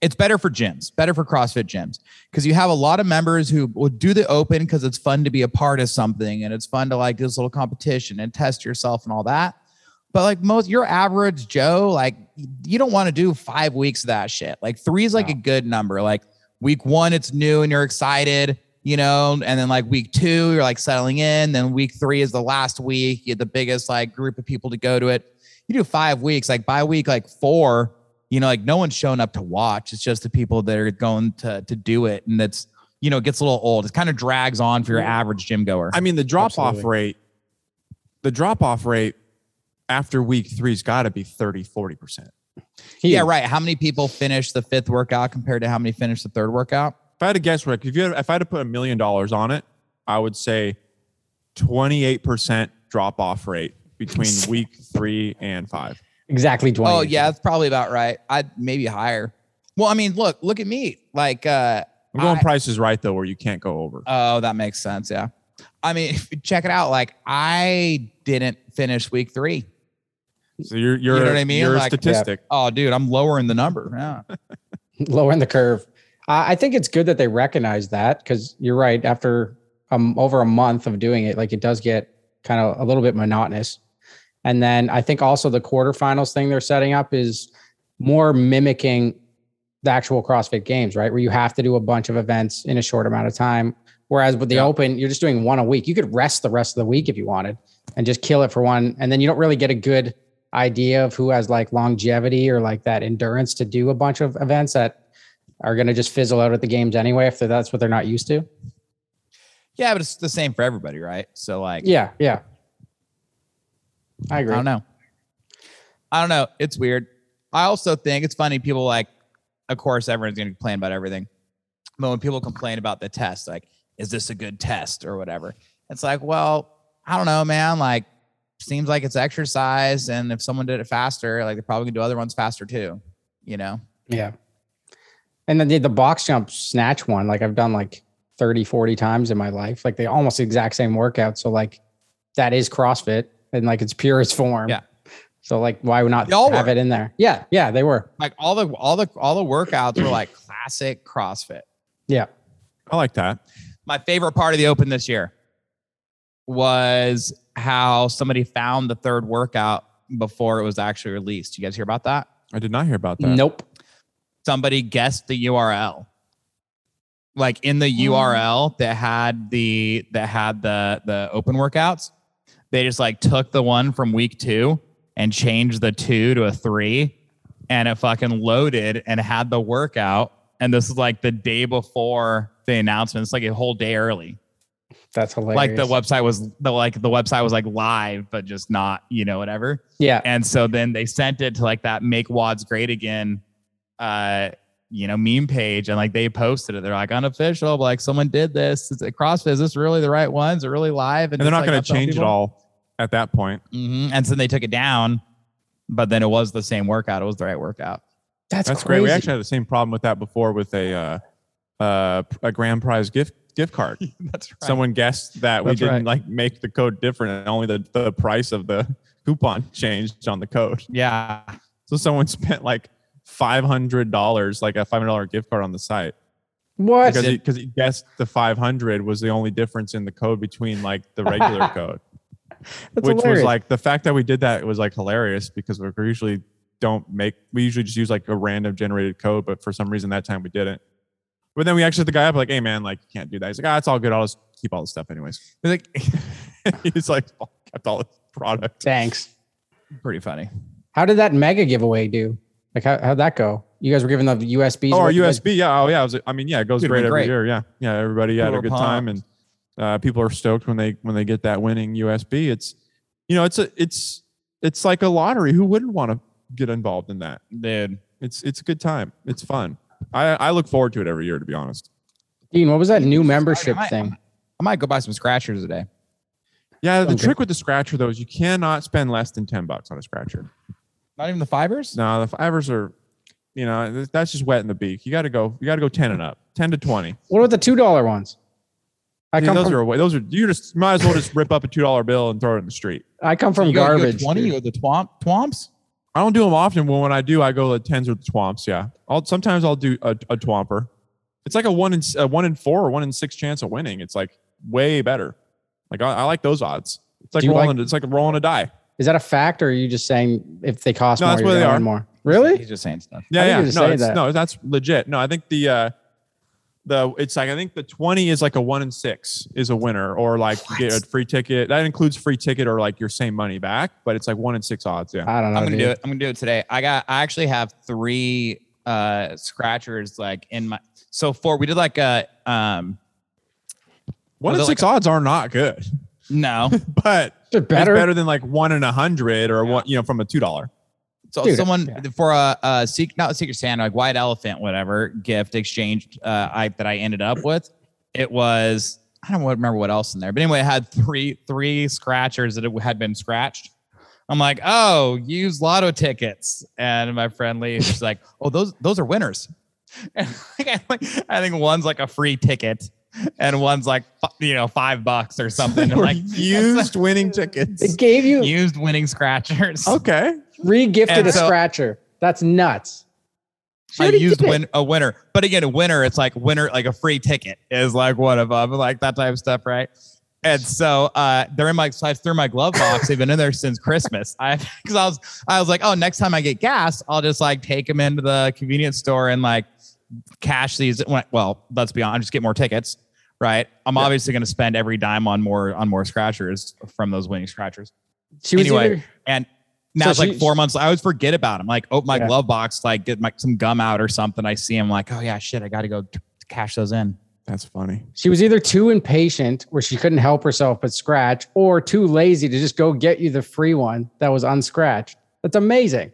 [SPEAKER 7] it's better for gyms, better for CrossFit gyms, because you have a lot of members who will do the open because it's fun to be a part of something and it's fun to like do this little competition and test yourself and all that. But like most, your average Joe, like you don't want to do five weeks of that shit. Like three is like
[SPEAKER 5] No.
[SPEAKER 7] a good number. Like week one, it's new and you're excited, you know, and then like week two, you're like settling in. Then week three is the last week, you get the biggest like group of people to go to it. You do five weeks, like by week like four, you know, like no one's showing up to watch. It's just the people that are going to to do it, and that's you know, it gets a little old. It kind of drags on for your average gym goer.
[SPEAKER 6] I mean, the drop off
[SPEAKER 5] Absolutely.
[SPEAKER 6] rate, the drop off rate after week three's got to be 30, 40 percent.
[SPEAKER 7] yeah,
[SPEAKER 5] Huge.
[SPEAKER 7] right. How many people finish the fifth workout compared to how many finish the third workout?
[SPEAKER 6] If I had to guess, Rick, if you had, if I had to put a million dollars on it, I would say twenty eight percent drop off rate
[SPEAKER 7] *laughs*
[SPEAKER 6] between week three and five.
[SPEAKER 5] Exactly 20.
[SPEAKER 7] Oh yeah, that's probably about right. I'd maybe higher. Well, I mean, look, look at me. Like, uh,
[SPEAKER 6] I'm going
[SPEAKER 7] I-
[SPEAKER 6] prices right though, where you can't go over.
[SPEAKER 7] Oh, that makes sense. Yeah. *laughs* I mean, if you check it out. Like, I didn't finish week three.
[SPEAKER 6] So you're you're
[SPEAKER 7] You know what I mean?
[SPEAKER 6] You're
[SPEAKER 7] Like-
[SPEAKER 6] a statistic.
[SPEAKER 7] Oh, dude, I'm lowering the number. Yeah.
[SPEAKER 5] *laughs* lowering the curve. I I think it's good that they recognize that because you're right. After um, over a month of doing it, like it does get kind of a little bit monotonous. And then I think also the quarterfinals thing they're setting up is more mimicking the actual CrossFit games, right? Where you have to do a bunch of events in a short amount of time. Whereas with the open, you're just doing one a week. You could rest the rest of the week if you wanted and just kill it for one. And then you don't really get a good idea of who has like longevity or like that endurance to do a bunch of events that are going to just fizzle out at the games anyway if that's what they're not used to.
[SPEAKER 7] Yeah, but it's the same for everybody, right? So like
[SPEAKER 5] Yeah, yeah. I
[SPEAKER 7] I
[SPEAKER 5] agree.
[SPEAKER 7] don't know. I don't know. It's weird. I also think it's funny. People like, of course, everyone's going to complain about everything. But when people complain about the test, like, is this a good test or whatever? It's like, well, I don't know, man. Like, seems like it's exercise. And if someone did it faster, like, they're probably going to do other ones faster too, you know?
[SPEAKER 5] Yeah. And then the, the box jump snatch one, like I've done like 30, 40 times in my life. Like they almost the exact same workout. So like that is CrossFit and like it's purest form.
[SPEAKER 7] Yeah.
[SPEAKER 5] So like why would not
[SPEAKER 7] They all
[SPEAKER 5] have
[SPEAKER 7] were.
[SPEAKER 5] it in there? Yeah, yeah, they were.
[SPEAKER 7] Like, all the, all the, all the workouts were like classic CrossFit.
[SPEAKER 5] Yeah.
[SPEAKER 6] I like that.
[SPEAKER 7] my favorite part of the open this year was how somebody found the third workout before it was actually released. You guys hear about that?
[SPEAKER 6] I did not hear about that.
[SPEAKER 5] Nope.
[SPEAKER 7] Somebody guessed the URL. Like in the URL that had the that had the the open workouts, they just like took the one from week 2 and changed the 2 to a 3 and it fucking loaded and had the workout and this is like the day before the announcement. It's like a whole day early
[SPEAKER 5] That's hilarious.
[SPEAKER 7] like the website was the like the website was like live but just not you know whatever
[SPEAKER 5] Yeah.
[SPEAKER 7] and so then they sent it to like that make wads great again uh you know meme page and like they posted it they're like unofficial but, like someone did this it's a crossfit is this really the right one is it really live
[SPEAKER 6] And they're not going to change it all at that point.
[SPEAKER 7] hmm and so they took it down but then it was the same workout it was the right workout *laughs*
[SPEAKER 5] That's,
[SPEAKER 6] That's
[SPEAKER 5] crazy.
[SPEAKER 6] great. We actually had the same problem with that before with a uh, uh, a grand prize gift gift card.
[SPEAKER 7] that's *laughs* right
[SPEAKER 6] Someone guessed that we
[SPEAKER 7] That's
[SPEAKER 6] didn't
[SPEAKER 7] right.
[SPEAKER 6] like make the code different, and only the, the price of the *laughs* coupon changed on the code.
[SPEAKER 7] yeah
[SPEAKER 6] So someone *laughs* spent like five hundred dollars, like a five hundred dollar gift card on the site
[SPEAKER 5] what?
[SPEAKER 6] because he, 'cause he guessed the five hundred was the only difference in the code between like
[SPEAKER 5] *laughs*
[SPEAKER 6] the regular code,
[SPEAKER 5] That's
[SPEAKER 6] which
[SPEAKER 5] hilarious.
[SPEAKER 6] was like the fact that we did that was like hilarious because we usually don't make we usually just use like a random generated code, but for some reason that time we didn't. But then we actually hit the guy up like, "Hey man, like you can't do that." He's like, "Ah, it's all good. I'll just keep all the stuff anyways."
[SPEAKER 7] It's, like,
[SPEAKER 6] He's like, *laughs* kept all his product.
[SPEAKER 5] thanks.
[SPEAKER 7] pretty funny
[SPEAKER 5] How did that mega giveaway do? Like how how'd that go? You guys were giving the USBs.
[SPEAKER 6] Oh, our
[SPEAKER 5] away. You guys-
[SPEAKER 6] USB. Yeah. Oh, yeah. I, was, I mean, yeah, it goes
[SPEAKER 7] Dude, it
[SPEAKER 6] great
[SPEAKER 7] went
[SPEAKER 6] every
[SPEAKER 7] great.
[SPEAKER 6] year. Yeah. Yeah. Everybody had
[SPEAKER 7] People
[SPEAKER 6] a
[SPEAKER 7] were
[SPEAKER 6] good time and
[SPEAKER 7] pumped.
[SPEAKER 6] uh, people are stoked when they, when they get that winning USB. It's, you know, it's a, it's, it's like a lottery. Who wouldn't want to get involved in that?
[SPEAKER 7] dude
[SPEAKER 6] It's, it's a good time. It's fun. I, I look forward to it every year, to be honest.
[SPEAKER 5] Dean, what was that new
[SPEAKER 7] Sorry,
[SPEAKER 5] membership
[SPEAKER 7] I might-
[SPEAKER 5] thing?
[SPEAKER 7] i might go buy some scratchers today
[SPEAKER 6] Yeah. The
[SPEAKER 5] Okay.
[SPEAKER 6] trick with the scratcher though, is you cannot spend less than 10 bucks on a scratcher.
[SPEAKER 7] not even the fibers
[SPEAKER 6] No, the fivers are, you know, th- that's just wet in the beak. You got to go, you got to go 10 and up, 10 to 20.
[SPEAKER 5] What about the two dollar ones? I
[SPEAKER 6] Yeah,
[SPEAKER 5] come
[SPEAKER 6] those
[SPEAKER 5] from,
[SPEAKER 6] are away. Those are, you just might as well just rip up a $2 bill and throw it in the street.
[SPEAKER 5] I come from
[SPEAKER 7] You go- you go
[SPEAKER 5] garbage.
[SPEAKER 7] 20
[SPEAKER 5] dude.
[SPEAKER 7] or the twomp twomps
[SPEAKER 6] I don't do them often, but when I do, I go the tens or the twomps. Yeah, I'll sometimes I'll do a, a twomper. It's like a one in a one in four or one in six chance of winning. It's like way better. Like I, I like those odds. It's like
[SPEAKER 5] Do you like-
[SPEAKER 6] rolling. it's like rolling a die.
[SPEAKER 5] Is that a fact, or are you just saying if they cost
[SPEAKER 6] No,
[SPEAKER 5] more,
[SPEAKER 6] that's
[SPEAKER 5] you're
[SPEAKER 6] what they
[SPEAKER 5] gonna
[SPEAKER 6] are.
[SPEAKER 5] earn more? Really?
[SPEAKER 7] He's just saying stuff.
[SPEAKER 5] I think
[SPEAKER 6] Yeah,
[SPEAKER 5] you
[SPEAKER 6] yeah.
[SPEAKER 5] just
[SPEAKER 6] No,
[SPEAKER 5] say
[SPEAKER 6] it's,
[SPEAKER 5] that.
[SPEAKER 6] no, that's legit. No, I think the uh the it's like I think the twenty is like a one in six is a winner, or like you get a free ticket. That includes free ticket or like your same money back, but it's like one in six odds. Yeah.
[SPEAKER 5] I don't know.
[SPEAKER 7] I'm gonna
[SPEAKER 5] dude.
[SPEAKER 7] do it. I'm gonna do it today. I got. I actually have three uh scratchers like in my. So four. We did like a um.
[SPEAKER 6] One
[SPEAKER 7] Was
[SPEAKER 6] in
[SPEAKER 7] it
[SPEAKER 6] six
[SPEAKER 7] like
[SPEAKER 6] odds are not good, *laughs*
[SPEAKER 7] No.
[SPEAKER 6] but
[SPEAKER 5] They're better.
[SPEAKER 6] It's better than like one in a hundred or
[SPEAKER 7] Yeah.
[SPEAKER 6] one, you know, from a two
[SPEAKER 7] *laughs*
[SPEAKER 6] dollar.
[SPEAKER 7] So
[SPEAKER 5] Dude,
[SPEAKER 7] someone
[SPEAKER 5] yeah.
[SPEAKER 7] for a, a secret, not a secret Santa, like white elephant, whatever gift exchange uh, I that I ended up with. It was I don't remember what else in there, but anyway, it had three three scratchers that it had been scratched. I'm like, oh, use lotto tickets, and my friend Lee, she's *laughs* like, oh, those those are winners. And like, I think- I think one's like a free ticket, and one's like f- you know five bucks or something. I'm like
[SPEAKER 6] used winning
[SPEAKER 5] They
[SPEAKER 6] tickets.
[SPEAKER 5] gave you
[SPEAKER 7] used winning scratchers.
[SPEAKER 6] Okay.
[SPEAKER 5] re-gifted
[SPEAKER 7] And
[SPEAKER 5] a
[SPEAKER 7] so-
[SPEAKER 5] scratcher. That's nuts.
[SPEAKER 7] I
[SPEAKER 5] Should've
[SPEAKER 7] used
[SPEAKER 5] did it.
[SPEAKER 7] win a winner, but again, a winner. It's like winner, like a free ticket is like one of them, like that type of stuff, right? And so uh, they're in my so I've through my glove box. They've been in there since Christmas. I *laughs* because I was I was like, oh, next time I get gas, I'll just like take them into the convenience store and like cash these. Well, let's be honest, just get more tickets, right? I'm obviously going to spend every dime on more on more scratchers from those winning scratchers
[SPEAKER 5] She was
[SPEAKER 7] anyway,
[SPEAKER 5] either-
[SPEAKER 7] and now
[SPEAKER 5] So
[SPEAKER 7] it's
[SPEAKER 5] she-
[SPEAKER 7] like four months. I always forget about him. Like, open my
[SPEAKER 5] Yeah.
[SPEAKER 7] glove box, like get my, some gum out or something. I see him, like, oh yeah, shit, I got to go t- cash those in.
[SPEAKER 6] That's funny.
[SPEAKER 5] She was either too impatient where she couldn't help herself but scratch, or too lazy to just go get you the free one that was unscratched. That's amazing.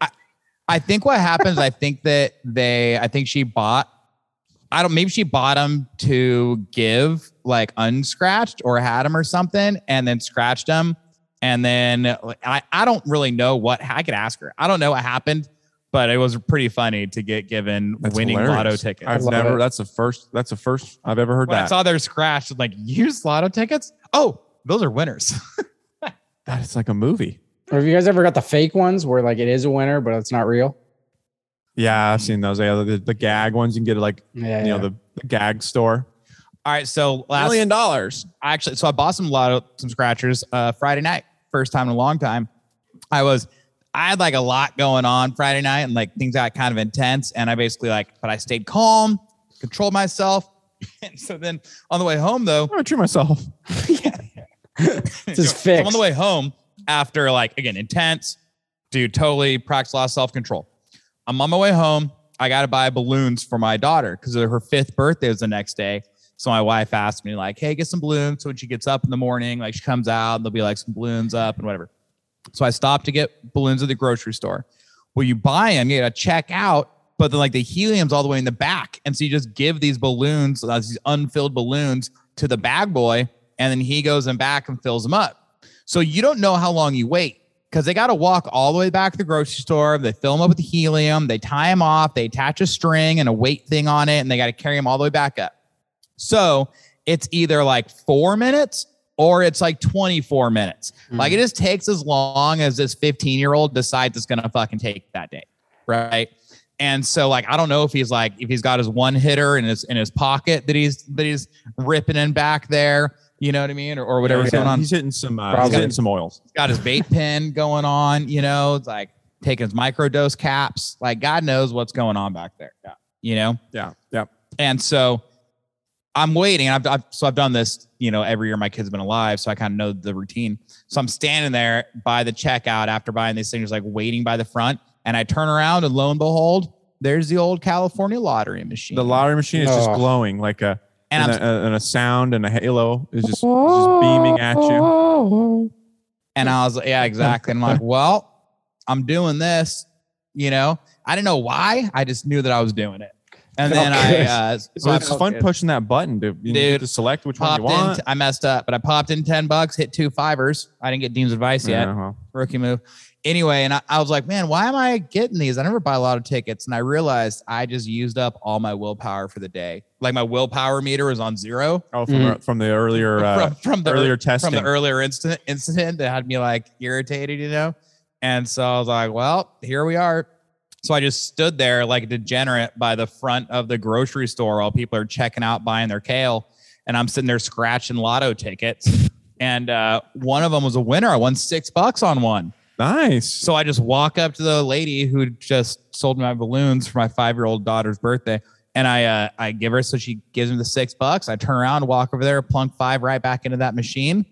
[SPEAKER 7] I think what happens, I think that they, I think she bought, I don't, maybe she bought them to give like unscratched or had them or something and then scratched them. And then like, I, I don't really know what, I could ask her. I don't know what happened, but it was pretty funny to get given
[SPEAKER 6] That's
[SPEAKER 7] winning
[SPEAKER 6] hilarious.
[SPEAKER 7] lotto tickets.
[SPEAKER 6] I've
[SPEAKER 5] love
[SPEAKER 6] never.
[SPEAKER 5] it.
[SPEAKER 6] That's the first. That's the first I've ever heard
[SPEAKER 7] when I
[SPEAKER 6] that.
[SPEAKER 7] saw theirs scratched, I'm like, used lotto tickets? Oh, those are winners. *laughs*
[SPEAKER 6] that is like a movie.
[SPEAKER 5] Or have you guys ever got the fake ones where like it is a winner but it's not
[SPEAKER 6] *laughs*
[SPEAKER 5] real?
[SPEAKER 6] Yeah, I've seen those. Yeah, the, the gag ones you can get at like
[SPEAKER 5] Yeah.
[SPEAKER 6] you know
[SPEAKER 5] yeah.
[SPEAKER 6] the, the gag store.
[SPEAKER 7] All right. So last
[SPEAKER 6] dollars.
[SPEAKER 7] I actually so I bought some lotto some scratchers uh Friday night, first time in a long time. I was I had like a lot going on Friday night and like things got kind of intense. And I basically like, but I stayed calm, controlled myself. *laughs* and so then on the way home though,
[SPEAKER 6] I'm gonna treat myself.
[SPEAKER 5] this is
[SPEAKER 7] So I'm on
[SPEAKER 5] fixed.
[SPEAKER 7] the way home after like again intense, dude, totally practice a lot of self control. I'm on my way home. I got to buy balloons for my daughter because her fifth birthday was the next day. So my wife asked me like, "Hey, get some balloons." So when she gets up in the morning, like she comes out, there'll be like some balloons up and whatever. So I stopped to get balloons at the grocery store. Well, you buy them, you gotta check out, but then like the helium's all the way in the back. And so you just give these balloons, uh, these unfilled balloons to the bag boy, and then he goes in back and fills them up. So you don't know how long you wait because they gotta walk all the way back to the grocery store. They fill them up with the helium, they tie them off, they attach a string and a weight thing on it, and they gotta carry them all the way back up. So it's either like four minutes or it's like 24 minutes. Like it just takes as long as this 15 year old decides it's gonna fucking take that day. Right. And so like I don't know if he's like if he's got his one hitter in his in his pocket that he's that he's ripping in back there, you know what I mean? Or, or whatever's going on
[SPEAKER 6] He's hitting some. Uh, he's
[SPEAKER 5] Probably.
[SPEAKER 6] hitting some oils.
[SPEAKER 7] got his vape pen going on, you know, it's like taking his microdose caps. Like God knows what's going on back there. Yeah. You know?
[SPEAKER 6] Yeah. Yeah.
[SPEAKER 7] And so I'm waiting. I've, I've so I've done this, you know, every year my kid's been alive, so I kind of know the routine. So I'm standing there by the checkout after buying these things, like waiting by the front, and I turn around and lo and behold, there's the old California lottery machine.
[SPEAKER 6] The lottery machine is just
[SPEAKER 5] Oh.
[SPEAKER 6] glowing like a and,
[SPEAKER 7] and I'm Oh.
[SPEAKER 6] a, a- and a sound and a halo is just, just beaming at you.
[SPEAKER 7] And I was like, yeah, exactly. And I'm like, well, I'm doing this, you know. I didn't know why. I just knew that I was doing it. And then
[SPEAKER 5] Okay.
[SPEAKER 7] I uh, so
[SPEAKER 6] *laughs* So
[SPEAKER 7] I
[SPEAKER 6] it's fun pushing that button to, you
[SPEAKER 7] Dude,
[SPEAKER 6] Dude, to select which one
[SPEAKER 7] popped
[SPEAKER 6] you
[SPEAKER 7] in.
[SPEAKER 6] want.
[SPEAKER 7] I messed up, but I popped in ten bucks, hit two fivers. I didn't get Dean's advice yet.
[SPEAKER 6] Yeah, well,
[SPEAKER 7] rookie move. Anyway, and I, I was like, man, why am I getting these? I never buy a lot of tickets. And I realized I just used up all my willpower for the day. Like my willpower meter was on zero
[SPEAKER 6] Oh, from,
[SPEAKER 5] Mm.
[SPEAKER 6] uh, from the earlier uh,
[SPEAKER 7] *laughs* from, from the
[SPEAKER 6] earlier testing.
[SPEAKER 7] from the earlier incident incident that had me like irritated, you know. And so I was like, well, here we are. So I just stood there like a degenerate by the front of the grocery store while people are checking out buying their kale, and I'm sitting there scratching lotto tickets. And uh, one of them was a winner. I won six bucks on one.
[SPEAKER 6] nice.
[SPEAKER 7] So I just walk up to the lady who just sold my balloons for my five year old daughter's birthday. And I uh, I give her so she gives me the six bucks. I turn around, walk over there, plunk five right back into that machine.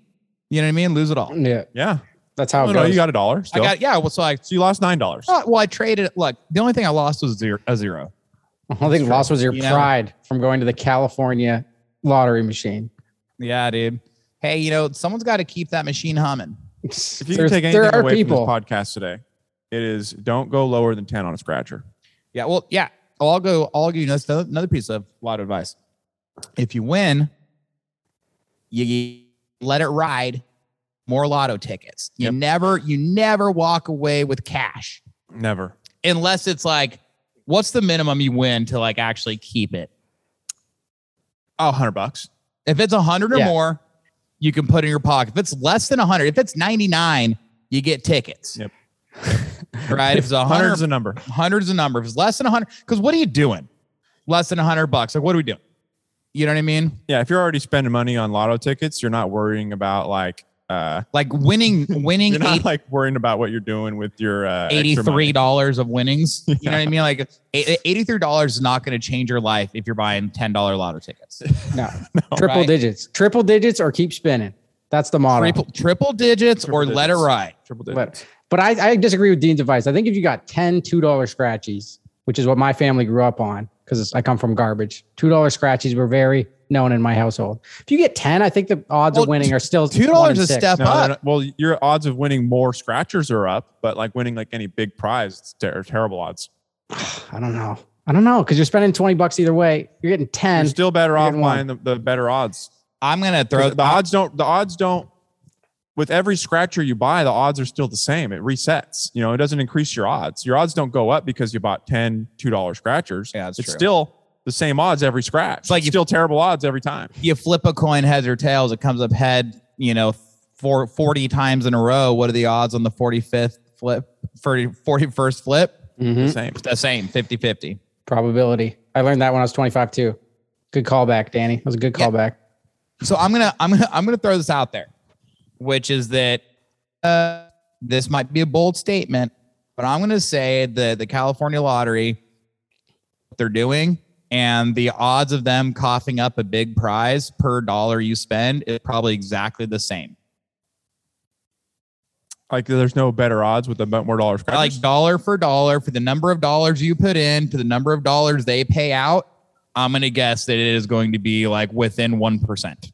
[SPEAKER 7] You know what I mean? Lose it all.
[SPEAKER 5] yeah.
[SPEAKER 6] yeah.
[SPEAKER 5] That's how
[SPEAKER 6] Oh,
[SPEAKER 5] it
[SPEAKER 6] no,
[SPEAKER 5] goes.
[SPEAKER 6] you got a dollar
[SPEAKER 7] I
[SPEAKER 6] still.
[SPEAKER 7] got yeah. Well, so I
[SPEAKER 6] so you lost nine dollars.
[SPEAKER 7] oh, well I traded. Look, the only thing I lost was zero, a zero.
[SPEAKER 5] I don't think loss was your
[SPEAKER 7] You know?
[SPEAKER 5] pride from going to the California lottery machine.
[SPEAKER 7] Yeah, dude. Hey, you know someone's got to keep that machine humming.
[SPEAKER 6] If you can take anything
[SPEAKER 5] there are
[SPEAKER 6] away
[SPEAKER 5] people.
[SPEAKER 6] from this podcast today, it is don't go lower than ten on a scratcher.
[SPEAKER 7] Yeah. Well, yeah. Well, I'll go. I'll give you another- another piece of lotto advice. If you win, you let it ride. More lotto tickets. You
[SPEAKER 6] Yep.
[SPEAKER 7] never. You never walk away with cash
[SPEAKER 6] Never.
[SPEAKER 7] unless it's like, what's the minimum you win to like actually keep it?
[SPEAKER 6] Oh, 100 bucks.
[SPEAKER 7] If it's 100 or
[SPEAKER 5] Yeah.
[SPEAKER 7] more, you can put in your pocket. If it's less than 100, if it's 99, you get tickets.
[SPEAKER 6] Yep.
[SPEAKER 7] Right? If it's 100,
[SPEAKER 6] Hundreds a number.
[SPEAKER 7] hundreds a number. If it's less than 100, because what are you doing? Less than 100 bucks. Like, what are we doing? You know what I mean?
[SPEAKER 6] Yeah, if you're already spending money on lotto tickets, you're not worrying about like uh *laughs*
[SPEAKER 7] Like winning, winning
[SPEAKER 6] you're not
[SPEAKER 7] eight-
[SPEAKER 6] like worrying about what you're doing with your uh extra money.
[SPEAKER 7] eighty-three dollars
[SPEAKER 6] *laughs*
[SPEAKER 7] of winnings. You know what I mean? Like eight- eighty-three dollars is not going to change your life if you're buying ten-dollar
[SPEAKER 6] *laughs*
[SPEAKER 7] lotto tickets.
[SPEAKER 5] No, triple
[SPEAKER 7] Right.
[SPEAKER 5] digits, triple digits, or keep spinning. That's the motto.
[SPEAKER 7] Triple, triple digits
[SPEAKER 6] Triple
[SPEAKER 7] or let it
[SPEAKER 6] digits.
[SPEAKER 7] ride.
[SPEAKER 6] triple
[SPEAKER 5] But
[SPEAKER 6] digits.
[SPEAKER 5] but I, I disagree with Dean's advice. I think if you got 10 $2 scratchies, which is what my family grew up on, because I come from garbage, $2 scratchies were very known in my household. If you get 10, I think the odds
[SPEAKER 7] Well,
[SPEAKER 5] of winning are still
[SPEAKER 7] $2
[SPEAKER 5] one in
[SPEAKER 7] is a
[SPEAKER 5] six.
[SPEAKER 7] step
[SPEAKER 6] No, they're
[SPEAKER 7] up.
[SPEAKER 6] not- well, your odds of winning more scratchers are up, but like winning like any big prize, it's ter- terrible odds.
[SPEAKER 5] I don't know. I don't know because you're spending 20 bucks either way. You're getting 10.
[SPEAKER 6] You're still better off
[SPEAKER 5] getting one.
[SPEAKER 6] buying the, the better odds.
[SPEAKER 7] I'm going to throw
[SPEAKER 6] 'Cause the odds don't. The odds don't. With every scratcher you buy, the odds are still the same. It resets. You know, it doesn't increase your odds. Your odds don't go up because you bought 10 two dollar scratchers.
[SPEAKER 7] Yeah, that's
[SPEAKER 6] it's
[SPEAKER 7] true.
[SPEAKER 6] still the same odds every scratch. It's
[SPEAKER 7] like
[SPEAKER 6] like
[SPEAKER 7] you-
[SPEAKER 6] still terrible odds every time.
[SPEAKER 7] You flip a coin heads or tails. It comes up head. You know, four, 40 times in a row. What are the odds on the forty-fifth flip? 40, 41st flip?
[SPEAKER 5] Mhm.
[SPEAKER 6] Same.
[SPEAKER 7] The same, 50-50.
[SPEAKER 5] Probability. I learned that when I was 25 too. Good callback, Danny. That was a good
[SPEAKER 7] Yeah.
[SPEAKER 5] callback.
[SPEAKER 7] So I'm gonna I'm gonna I'm gonna throw this out there, which is that uh, this might be a bold statement, but I'm gonna say that the California lottery, what they're doing, and the odds of them coughing up a big prize per dollar you spend is probably exactly the same.
[SPEAKER 6] Like there's no better odds with the more dollar
[SPEAKER 7] Like
[SPEAKER 6] scratchers.
[SPEAKER 7] dollar for dollar for the number of dollars you put in to the number of dollars they pay out. I'm gonna guess that it is going to be like within one percent.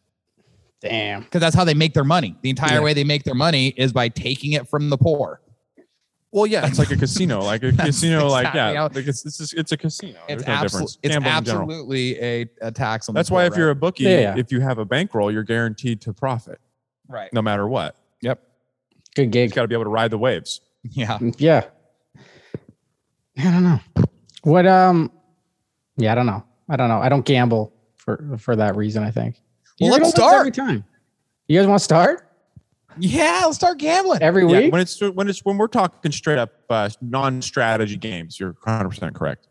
[SPEAKER 5] Damn.
[SPEAKER 7] because that's how they make their money. The entire
[SPEAKER 5] Yeah.
[SPEAKER 7] way they make their money is by taking it from the poor.
[SPEAKER 6] Oh, well, yeah, it's like a casino. Like
[SPEAKER 7] *laughs*
[SPEAKER 6] a
[SPEAKER 7] That's
[SPEAKER 6] casino. Like
[SPEAKER 7] exactly
[SPEAKER 6] yeah,
[SPEAKER 7] how-
[SPEAKER 6] like it's it's, just, it's a casino.
[SPEAKER 7] It's,
[SPEAKER 6] there's no
[SPEAKER 7] absol-
[SPEAKER 6] difference.
[SPEAKER 7] it's
[SPEAKER 6] Gambling in general.
[SPEAKER 7] absolutely a, a tax on.
[SPEAKER 6] That's
[SPEAKER 7] the
[SPEAKER 6] why
[SPEAKER 7] poor,
[SPEAKER 6] if you're a bookie,
[SPEAKER 5] Yeah, yeah.
[SPEAKER 6] if you have a bankroll, you're guaranteed to profit
[SPEAKER 7] right,
[SPEAKER 6] no matter what.
[SPEAKER 7] yep,
[SPEAKER 5] Good
[SPEAKER 6] You've
[SPEAKER 5] gig.
[SPEAKER 6] got to be able to ride the waves.
[SPEAKER 7] *laughs* yeah.
[SPEAKER 5] Yeah. I don't know. What um yeah, I don't know. I don't know. I don't gamble for for that reason, I think.
[SPEAKER 7] Well,
[SPEAKER 5] You're
[SPEAKER 7] let's
[SPEAKER 5] gonna lose
[SPEAKER 7] start.
[SPEAKER 5] every time. You guys want to start
[SPEAKER 7] Yeah, let's start gambling.
[SPEAKER 5] every
[SPEAKER 6] Yeah,
[SPEAKER 5] week?
[SPEAKER 6] when it's when it's when we're talking straight up uh, non-strategy games, you're 100 percent correct.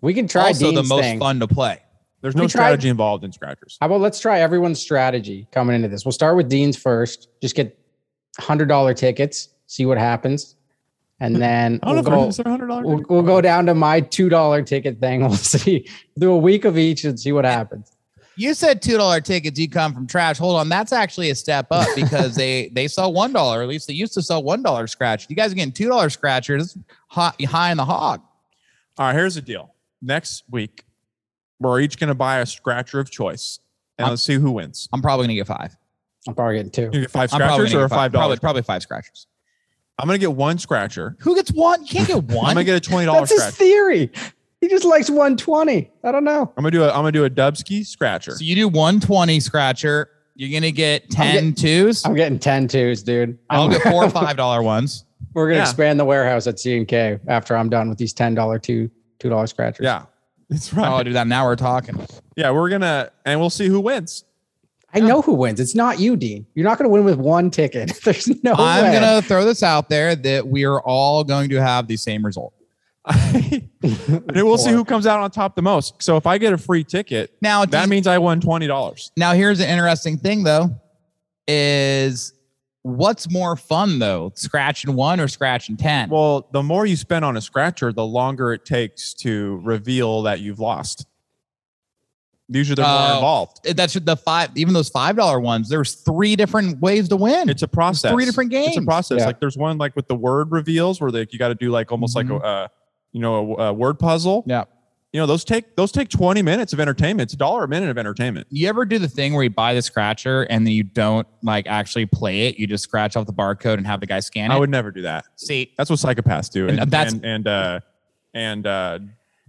[SPEAKER 5] we can try
[SPEAKER 7] also, the
[SPEAKER 5] Dean's
[SPEAKER 7] most
[SPEAKER 5] thing.
[SPEAKER 7] fun to play.
[SPEAKER 6] There's
[SPEAKER 5] We
[SPEAKER 6] no
[SPEAKER 5] tried-
[SPEAKER 6] strategy involved in scratchers.
[SPEAKER 5] How about let's try everyone's strategy coming into this? We'll start with Dean's first. Just get hundred dollar tickets, see what happens, and then
[SPEAKER 6] Hmm.
[SPEAKER 5] we'll
[SPEAKER 6] I don't know if
[SPEAKER 5] go,
[SPEAKER 6] it's a hundred dollars.
[SPEAKER 5] we'll, we'll go down to my two dollar ticket thing. *laughs* We'll see, do a week of each and see what happens.
[SPEAKER 7] You said two dollar tickets. You come from trash. Hold on, that's actually a step up
[SPEAKER 6] *laughs*
[SPEAKER 7] because they they sell one dollar. At least they used to sell one dollar scratch. You guys are getting two dollar scratchers. Hot high in the hog.
[SPEAKER 6] All right, here's the deal. Next week, we're each going to buy a scratcher of choice, and
[SPEAKER 7] I'm-
[SPEAKER 6] let's see who wins.
[SPEAKER 7] I'm probably gonna get five.
[SPEAKER 5] I'm probably getting two.
[SPEAKER 6] You get five
[SPEAKER 7] I'm probably
[SPEAKER 6] scratchers
[SPEAKER 7] gonna
[SPEAKER 6] or a
[SPEAKER 7] get
[SPEAKER 6] five
[SPEAKER 7] Probably
[SPEAKER 6] dollars.
[SPEAKER 7] probably five scratchers.
[SPEAKER 6] I'm going to get one scratcher.
[SPEAKER 7] Who gets one? You can't
[SPEAKER 6] *laughs*
[SPEAKER 7] get one.
[SPEAKER 6] I'm going to get a twenty dollars
[SPEAKER 5] That's his
[SPEAKER 6] scratcher.
[SPEAKER 5] theory. He just likes one twenty. I don't know.
[SPEAKER 6] I'm going to do a I'm going to do a Dubsky scratcher.
[SPEAKER 7] So you do 120 scratcher. You're gonna get 10
[SPEAKER 5] I'm
[SPEAKER 7] twos.
[SPEAKER 5] I'm getting 10 twos, dude.
[SPEAKER 7] I'll
[SPEAKER 5] I'm-
[SPEAKER 7] get four or five dollar ones.
[SPEAKER 5] We're gonna
[SPEAKER 6] Yeah.
[SPEAKER 5] expand the warehouse at C and K after I'm done with these ten dollar two two dollar scratchers.
[SPEAKER 6] yeah, that's right.
[SPEAKER 7] Oh, dude, that now we're talking.
[SPEAKER 6] Yeah, we're gonna, and we'll see who wins.
[SPEAKER 5] I know who wins. It's not you, Dean. You're not going to win with one ticket. *laughs* There's no
[SPEAKER 7] I'm
[SPEAKER 5] way.
[SPEAKER 7] gonna throw this out there that we are all going to have the same result.
[SPEAKER 6] and we'll see who comes out on top the most. So if I get a free ticket,
[SPEAKER 7] Now,
[SPEAKER 6] that
[SPEAKER 7] does-
[SPEAKER 6] means I won twenty dollars.
[SPEAKER 7] now here's an interesting thing though, is what's more fun though, scratching one or scratching ten?
[SPEAKER 6] Well, the more you spend on a scratcher, the longer it takes to reveal that you've lost. Usually, they're
[SPEAKER 7] Oh.
[SPEAKER 6] more involved.
[SPEAKER 7] that's the five, even those five dollar ones. There's three different ways to win.
[SPEAKER 6] It's a process.
[SPEAKER 7] three different
[SPEAKER 6] It's a
[SPEAKER 7] games.
[SPEAKER 6] process.
[SPEAKER 5] Yeah.
[SPEAKER 6] Like there's one like with the word reveals where like you got to do like almost like a, uh, you know, a, a word puzzle.
[SPEAKER 7] Mm-hmm. yeah.
[SPEAKER 6] You know, those take those take twenty minutes of entertainment. It's a dollar a minute of entertainment.
[SPEAKER 7] you ever do the thing where you buy the scratcher and then you don't like actually play it? You just scratch off the barcode and have the guy scan it.
[SPEAKER 6] I would never do that.
[SPEAKER 7] see.
[SPEAKER 6] That's what psychopaths do,
[SPEAKER 7] And
[SPEAKER 6] and
[SPEAKER 7] that's-
[SPEAKER 6] and and uh, and uh,